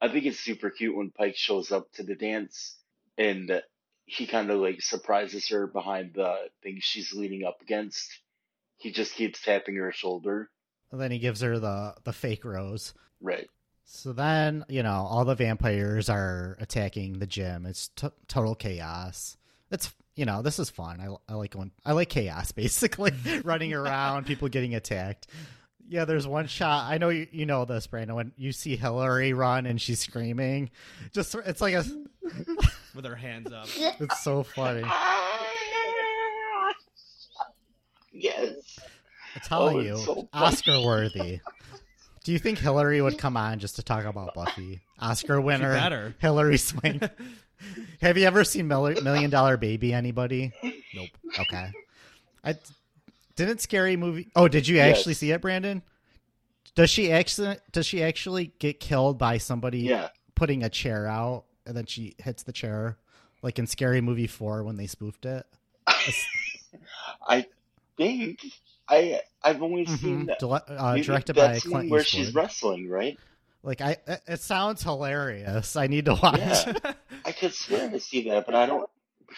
I think it's super cute when Pike shows up to the dance and he kind of like surprises her behind the thing she's leaning up against. He just keeps tapping her shoulder.
And then he gives her the the fake rose.
Right.
So then, you know, all the vampires are attacking the gym. It's t- total chaos. It's you know, this is fun. I, I like going. I like chaos, basically, running around, people getting attacked. Yeah, there's one shot. I know you, you know this, Brandon. When you see Hillary run and she's screaming, just it's like a.
With her hands up.
It's so funny.
Ah, Yes.
I'm telling
Oh, it's
you,
so funny.
Oscar worthy. Do you think Hillary would come on just to talk about Buffy? Oscar winner,
better.
Hillary Swank. Have you ever seen Mil- Million Dollar Baby? Anybody?
Nope.
Okay. I didn't scary movie. Oh, did you
Yes.
actually see it, Brandon? Does she actually does she actually get killed by somebody
Yeah.
putting a chair out and then she hits the chair like in Scary Movie 4 when they spoofed it?
I think I I've only seen
Mhm.
that.
Dile- uh,
maybe
directed
that
by
scene
Clint
where
Eastwood.
she's wrestling, right?
Like I, it- it sounds hilarious. I need to watch.
Yeah. I could swear to see that, but I don't.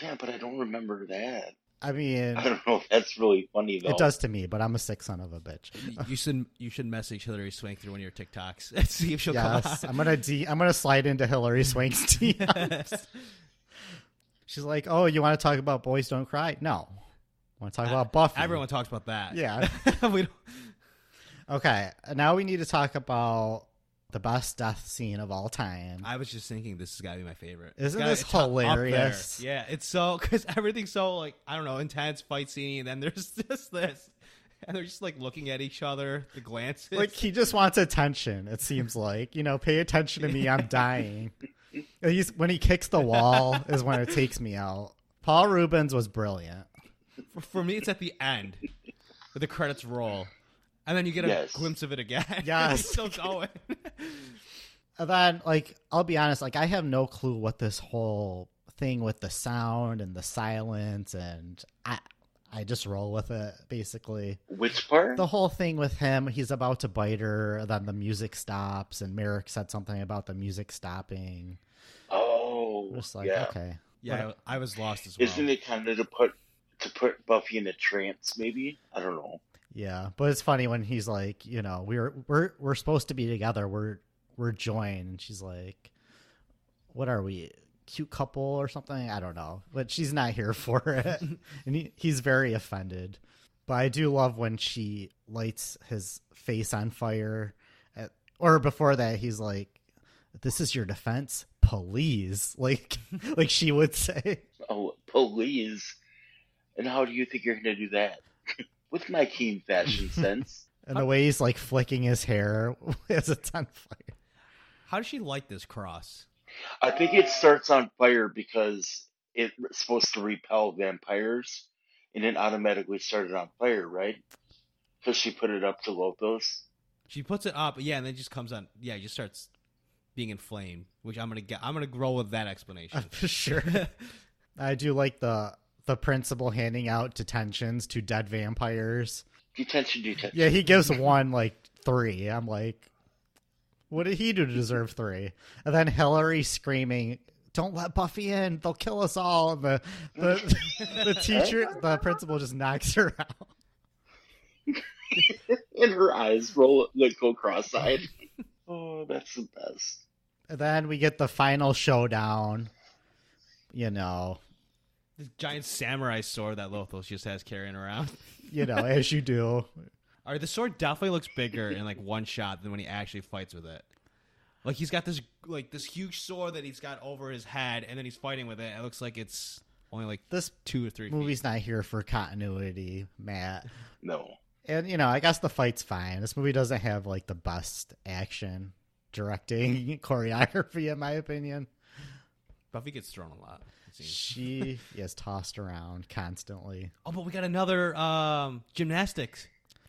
Yeah, but I don't remember that.
I mean,
I don't know if that's really funny though.
it does to me, but I'm a sick son of a bitch.
You- you should you should message Hillary Swank through one of your TikToks and see if she'll
Yes, I'm
come
gonna de- I'm gonna slide into Hillary Swank's
on.
DMs. She's like, "Oh, you want to talk about Boys Don't Cry? No, want to talk about Buffy."
Uh, Everyone talks about that.
Yeah.
we don't-
Okay, now we need to talk about the best death scene of all time.
I was just thinking this has got to be my favorite.
Isn't
gotta-
this
it's up- up there.
hilarious?
Yeah, it's so because everything's so like I don't know intense fight scene, and then there's just this, and they're just like looking at each other, the glances.
like he just wants attention. It seems like you know, pay attention to me. I'm dying. He's when he kicks the wall is when it takes me out. Paul Rubens was brilliant.
for, for me, it's at the end, with the credits roll, and then you get a
Yes.
glimpse of it again.
Yes.
It's still going.
And then like I'll be honest, like I have no clue what this whole thing with the sound and the silence and I I just roll with it basically.
Which part?
The whole thing with him, he's about to bite her, then the music stops and Merrick said something about the music stopping.
Oh,
I'm just like,
yeah.
okay.
yeah, I, I was lost as well.
Isn't it kind of to put to put Buffy in a trance? Maybe I don't know.
Yeah, but it's funny when he's like, you know, we're we're we're supposed to be together. We're we're joined, and she's like, "What are we? Cute couple or something?" I don't know, but she's not here for it, and he, he's very offended. But I do love when she lights his face on fire, at, or before that, he's like, "This is your defense, please," like like she would say.
Oh, police! And how do you think you're gonna do that with my keen fashion sense?
And the way he's like flicking his hair as it's on fire.
How does she like this cross?
I think it starts on fire because it's supposed to repel vampires, and it automatically started on fire, right? Because she put it up to Lothos.
She puts it up, yeah, and then just comes on. Yeah, just starts being inflamed, which I'm gonna get. I'm gonna grow with that explanation.
For sure. I do like the the principal handing out detentions to dead vampires.
Detention, detention.
Yeah, he gives one like three. I'm like, what did he do to deserve three? And then Hillary screaming, "Don't let Buffy in! They'll kill us all!" And the the, the teacher, the principal, just knocks her out.
And her eyes roll like go cross-eyed. oh, that's the best.
And then we get the final showdown. You know,
this giant samurai sword that Lothos just has carrying around.
you know, as you do.
All right, the sword definitely looks bigger in like one shot than when he actually fights with it. Like he's got this like this huge sword that he's got over his head, and then he's fighting with it. It looks like it's only like
This
two or three feet.
movie's not here for continuity, Matt.
No.
And you know, I guess the fight's fine. This movie doesn't have like the best action directing choreography in my opinion.
Buffy gets thrown a lot. It seems.
She is tossed around constantly.
Oh, but we got another um, gymnastics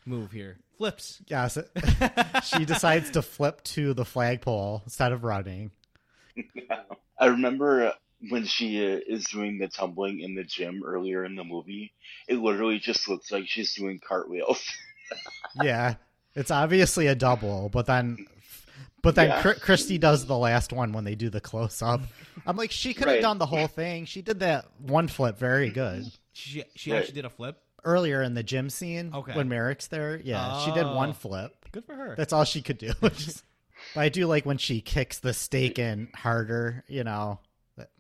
move here. Flips.
Yes, it- she decides to flip to the flagpole instead of running.
I remember when she uh, is doing the tumbling in the gym earlier in the movie, it literally just looks like she's doing cartwheels.
Yeah, it's obviously a double, but then but then
Yeah.
Chr- Christy does the last one when they do the close up. I'm like, she could have
Right.
done the whole thing. She did that one flip very good.
She she
Right.
actually did a flip.
earlier in the gym scene
Okay.
when Merrick's there. Yeah, she did
Oh.
one flip.
Good for her.
That's all she could do. Just- but I do like when she kicks the stake in harder. You know, That-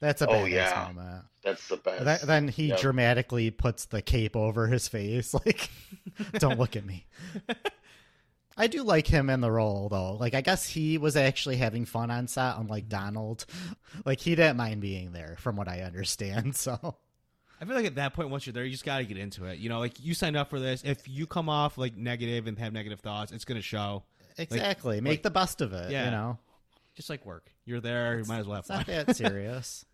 that's a
Oh,
badass
yeah.
moment.
That's the best.
Th- then he
Yep.
dramatically puts the cape over his face, like, "Don't look at me." I do like him in the role, though. Like, I guess he was actually having fun on set, unlike Donald. Like, he didn't mind being there, from what I understand. So,
I feel like at that point, once you're there, you just got to get into it. You know, like you signed up for this. If you come off like negative and have negative thoughts, it's gonna show.
exactly, make
like-
the best of it.
Yeah.
You know,
Just like work, you're there. You might as well have
It's not
fun.
that serious.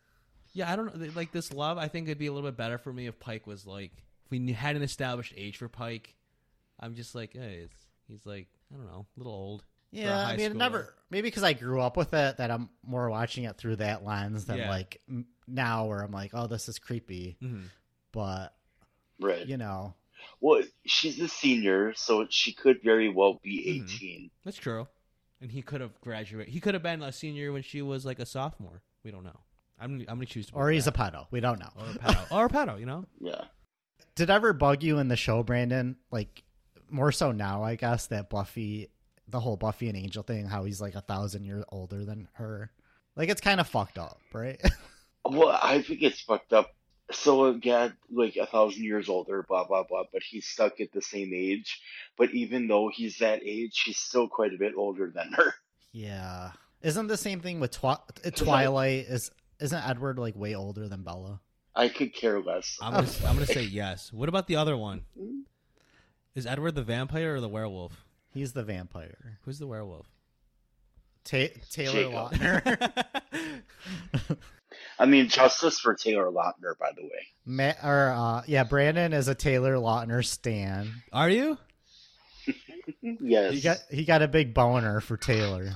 Yeah, I don't know. Like this love, I think it'd be a little bit better for me if Pike was like, if we had an established age for Pike. I'm just like, hey, it's, he's like, I don't know, a little old.
yeah,
high
I mean, it
schooler.
never. Maybe because I grew up with it, that I'm more watching it through that lens than
Yeah.
like m- now, where I'm like, oh, this is creepy.
Mm-hmm.
But
right.
you know,
Well, she's a senior, so she could very well be
Mhm.
18.
That's true. And he could have graduated. He could have been a senior when she was like a sophomore. We don't know. I'm, I'm gonna choose. To
or he's a pedo. We don't know.
or a pedo. or a pedo. You know.
Yeah.
Did it ever bug you in the show, Brandon? Like more so now, I guess that Buffy, the whole Buffy and Angel thing, how he's like a thousand years older than her. Like it's kind of fucked up, right?
Well, I think it's fucked up. So, yeah, like a thousand years older, blah, blah, blah, but he's stuck at the same age. But even though he's that age, he's still quite a bit older than her.
yeah. Isn't the same thing with Twi- eh, Twilight? Is isn't Edward like way older than Bella?
I could care less.
Um,
I'm gonna, I'm gonna say yes. What about the other one? Is Edward the vampire or the werewolf?
He's the vampire.
Who's the werewolf?
Ta- Taylor
Jacob.
Lautner.
I mean, justice for Taylor Lautner, by the way.
Ma- or uh, yeah, Brandon is a Taylor Lautner stan.
Are you?
Yes.
He got he got a big boner for Taylor.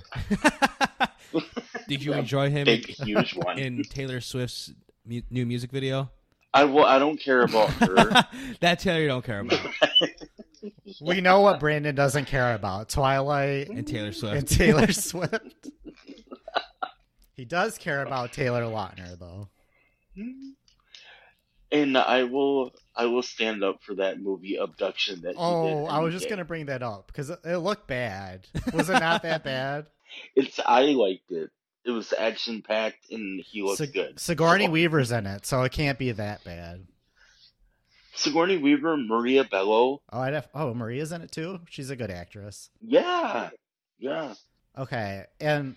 Did you
Yeah,
enjoy him
Big,
in,
huge one.
in Taylor Swift's mu- new music video?
I, well, I don't care about her.
that Taylor you don't care about,
We know what Brandon doesn't care about: Twilight
and Taylor
and
Swift.
Taylor Swift. He does care about Taylor Lautner, though.
and I will I will stand up for that movie abduction that he did
Oh, I
any
was just
day.
gonna bring that up because it, it looked bad. Was it not that bad?
It's I liked it. It was action packed and he looked
Sig-
good.
Sigourney
So-
Weaver's in it, so it can't be that bad.
Sigourney Weaver, Maria Bello.
Oh, I'd have, oh, Maria's in it too. She's a good actress.
Yeah. Yeah.
Okay, and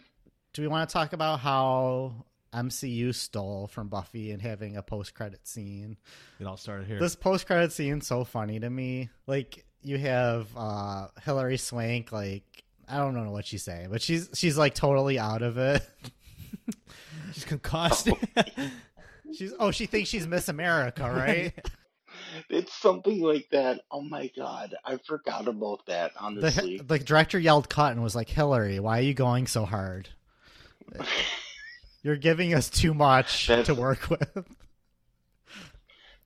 do we want to talk about how MCU stole from Buffy and having a post-credit scene?
It all started here.
This post-credit scene's so funny to me. Like you have uh Hilary Swank, like I don't know what she's saying, but she's she's like totally out of it.
She's concussed.
She's oh, she thinks she's Miss America, right?
It's something like that. Oh my god. I forgot about that, honestly.
the the director yelled cut and was like, Hillary, why are you going so hard? You're giving us too much
That's-
to work with.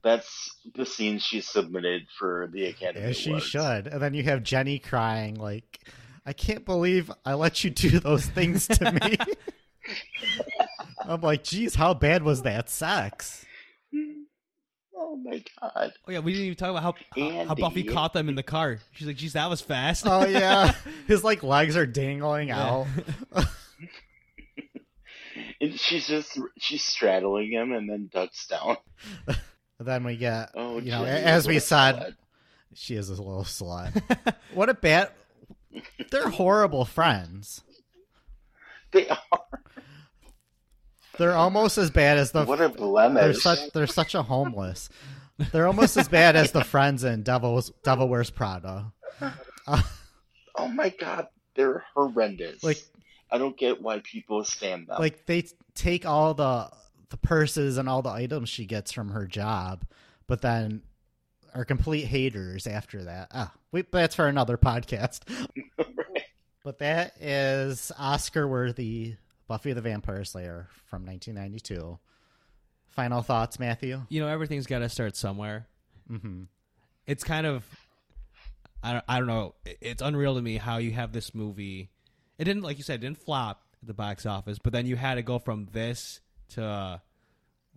That's the scene she submitted for the Academy.
As she
Awards.
should. And then you have Jenny crying, like, I can't believe I let you do those things to me. I'm like, geez, how bad was that sex?
Oh my god.
oh yeah, we didn't even talk about how how, how Buffy
Andy.
caught them in the car. She's like, "Geez, that was fast."
Oh, yeah. His, like, legs are dangling out.
And she's just she's straddling him and then ducks down.
And then we get,
Oh,
you know,
Jenny,
as
what
we
a
said,
slut.
she is a little slut. what a bad. They're horrible friends.
They are.
They're almost as bad as the.
What a
they're
blemish.
such they're such a homeless. They're almost as bad as the friends in Devil's Devil Wears Prada.
Oh my god, they're horrendous.
Like-
I don't get why people stand them.
Like they take all the the purses and all the items she gets from her job, but then are complete haters after that. Ah, we, that's for another podcast. But that is Oscar worthy Buffy the Vampire Slayer from 1992. Final thoughts, Matthew?
You know, everything's got to start somewhere.
hmm
It's kind of, I don't, I don't know. It- It's unreal to me how you have this movie. It didn't, like you said, it didn't flop at the box office, but then you had to go from this to uh,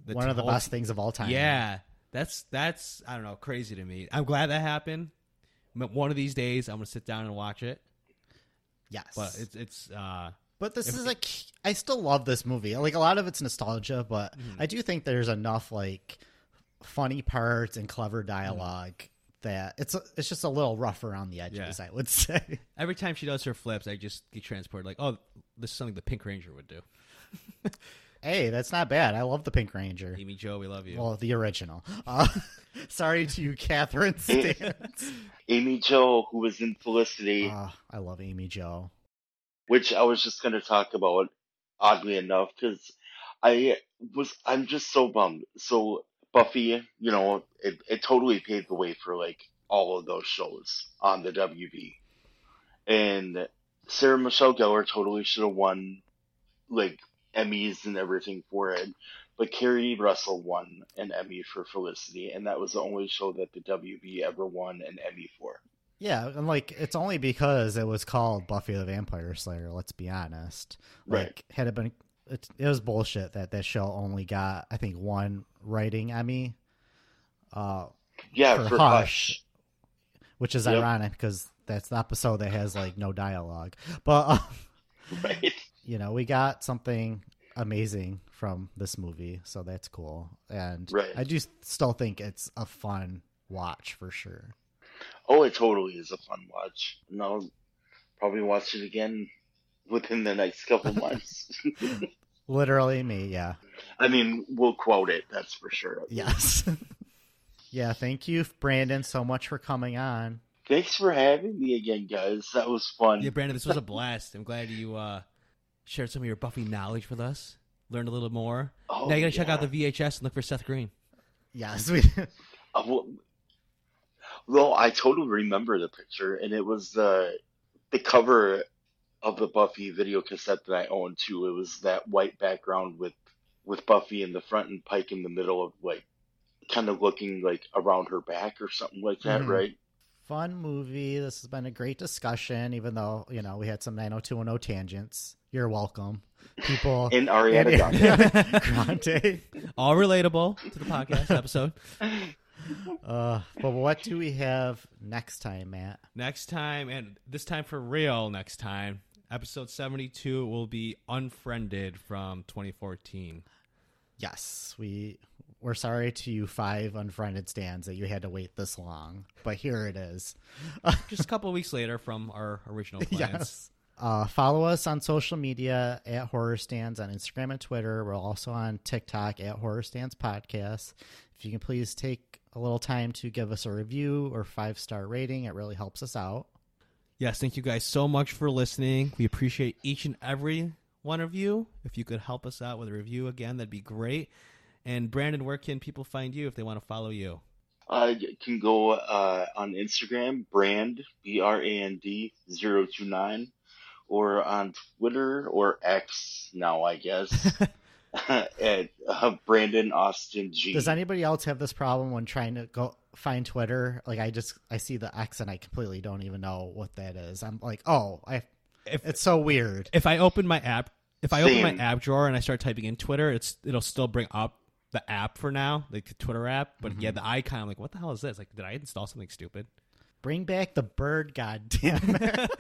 the
One of the
Tulsa-
best things of all time.
Yeah, that's that's I don't know, crazy to me. I'm glad that happened. M- One of these days, I'm gonna sit down and watch it.
Yes.
But it's it's uh,
But this
If-
is like I still love this movie. Like a lot of it's nostalgia, but I do think there's enough like funny parts and clever dialogue that it's it's just a little rough around the edges. I would say.
every time she does her flips, I just get transported. Like, oh, this is something the Pink Ranger would do.
hey, that's not bad. I love the Pink Ranger.
Amy Joe, we love you.
Well, the original. Uh, sorry to you, Catherine Stans.
Amy Jo, who was in Felicity,
Ah, I love Amy Jo.
which I was just going to talk about, oddly enough, because I was, I'm just so bummed. So Buffy, you know, it, it totally paved the way for like all of those shows on the WB. And Sarah Michelle Gellar totally should have won like Emmys and everything for it. But Carrie Russell won an Emmy for Felicity, and that was the only show that the WB ever won an Emmy for.
Yeah, and like it's only because it was called Buffy the Vampire Slayer. Let's be honest. Like,
Right.
had it been, it, it was bullshit that that show only got I think one writing Emmy, uh,
Yeah,
For
for,
Hush.
Hush.
which is
Yep.
ironic because that's the episode that has like no dialogue. But uh,
Right.
you know, we got something amazing from this movie, so that's cool. And
Right.
I do still think it's a fun watch for sure.
Oh, it totally is a fun watch. And I'll probably watch it again within the next couple months.
Literally me, yeah.
I mean, we'll quote it, that's for sure.
Yes. yeah, thank you, Brandon, so much for coming on.
Thanks for having me again, guys. That was fun.
yeah, Brandon, this was a blast. I'm glad you uh, shared some of your Buffy knowledge with us. Learned a little more.
Oh,
now you gotta check
yeah.
out the VHS and look for Seth Green.
Yes, we
Uh, well, well, I totally remember the picture, and it was the the cover of the Buffy video cassette that I owned too. It was that white background with with Buffy in the front and Pike in the middle of like kind of looking like around her back or something like that,
Mhm.
right?
fun movie. This has been a great discussion, even though, you know, we had some 90210 tangents. You're welcome. People
In Ariana Grande.
Grande.
All relatable to the podcast episode.
Uh, but what do we have next time, Matt?
Next time, and this time for real, next time, episode 72 will be Unfriended from 2014.
Yes, we we're sorry to you five unfriended stands that you had to wait this long, but here it is.
Just a couple of weeks later from our original plans.
Yes. Uh, follow us on social media at Horror Stands on Instagram and Twitter. We're also on TikTok at Horror Stands Podcast. If you can please take a little time to give us a review or five star rating, it really helps us out.
Yes, thank you guys so much for listening. We appreciate each and every one of you. If you could help us out with a review again, that'd be great. And Brandon, where can people find you if they want to follow you?
Uh, you can go uh, on Instagram, brand, B R A N D 029, or on Twitter or X now, I guess, at uh, Brandon Austin G.
Does anybody else have this problem when trying to go find Twitter? Like I just I see the X and I completely don't even know what that is. I'm like, oh, I
If
it's so weird.
if I open my app, if I open
Same.
my app drawer and I start typing in Twitter, it's it'll still bring up the app for now, like the Twitter app. But
Mm-hmm.
yeah, the icon, I'm like, what the hell is this? Like, did I install something stupid?
Bring back the bird, goddamn it.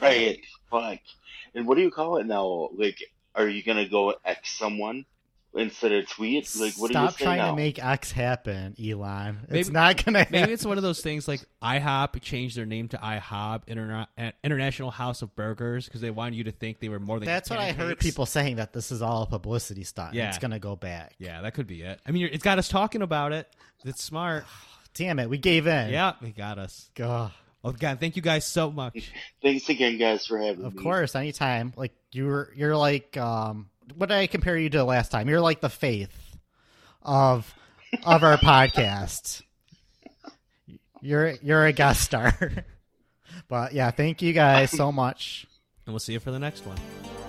Right, fuck. And what do you call it now? Like, are you gonna go X someone? instead of tweets? Like, what
Stop
do you say
trying
now?
to make X happen, Elon. it's
Maybe-
not gonna happen.
Maybe it's one of those things like IHOP changed their name to IHOP Interna- uh, International House of Burgers because they wanted you to think they were more than.
That's what I heard
pancakes.
people saying that this is all a publicity stunt. and It's
Yeah.
gonna go back.
Yeah, that could be it. I mean, you're- it's got us talking about it. It's smart.
Damn it, we gave in.
yeah, it got us.
Ugh.
Oh God, thank you guys so much.
Thanks again, guys, for having
Of
me.
course, anytime. Like you were you're like um what did I compare you to last time? You're like the faith of of our podcast. You're you're a guest star. But yeah, thank you guys so much.
And we'll see you for the next one.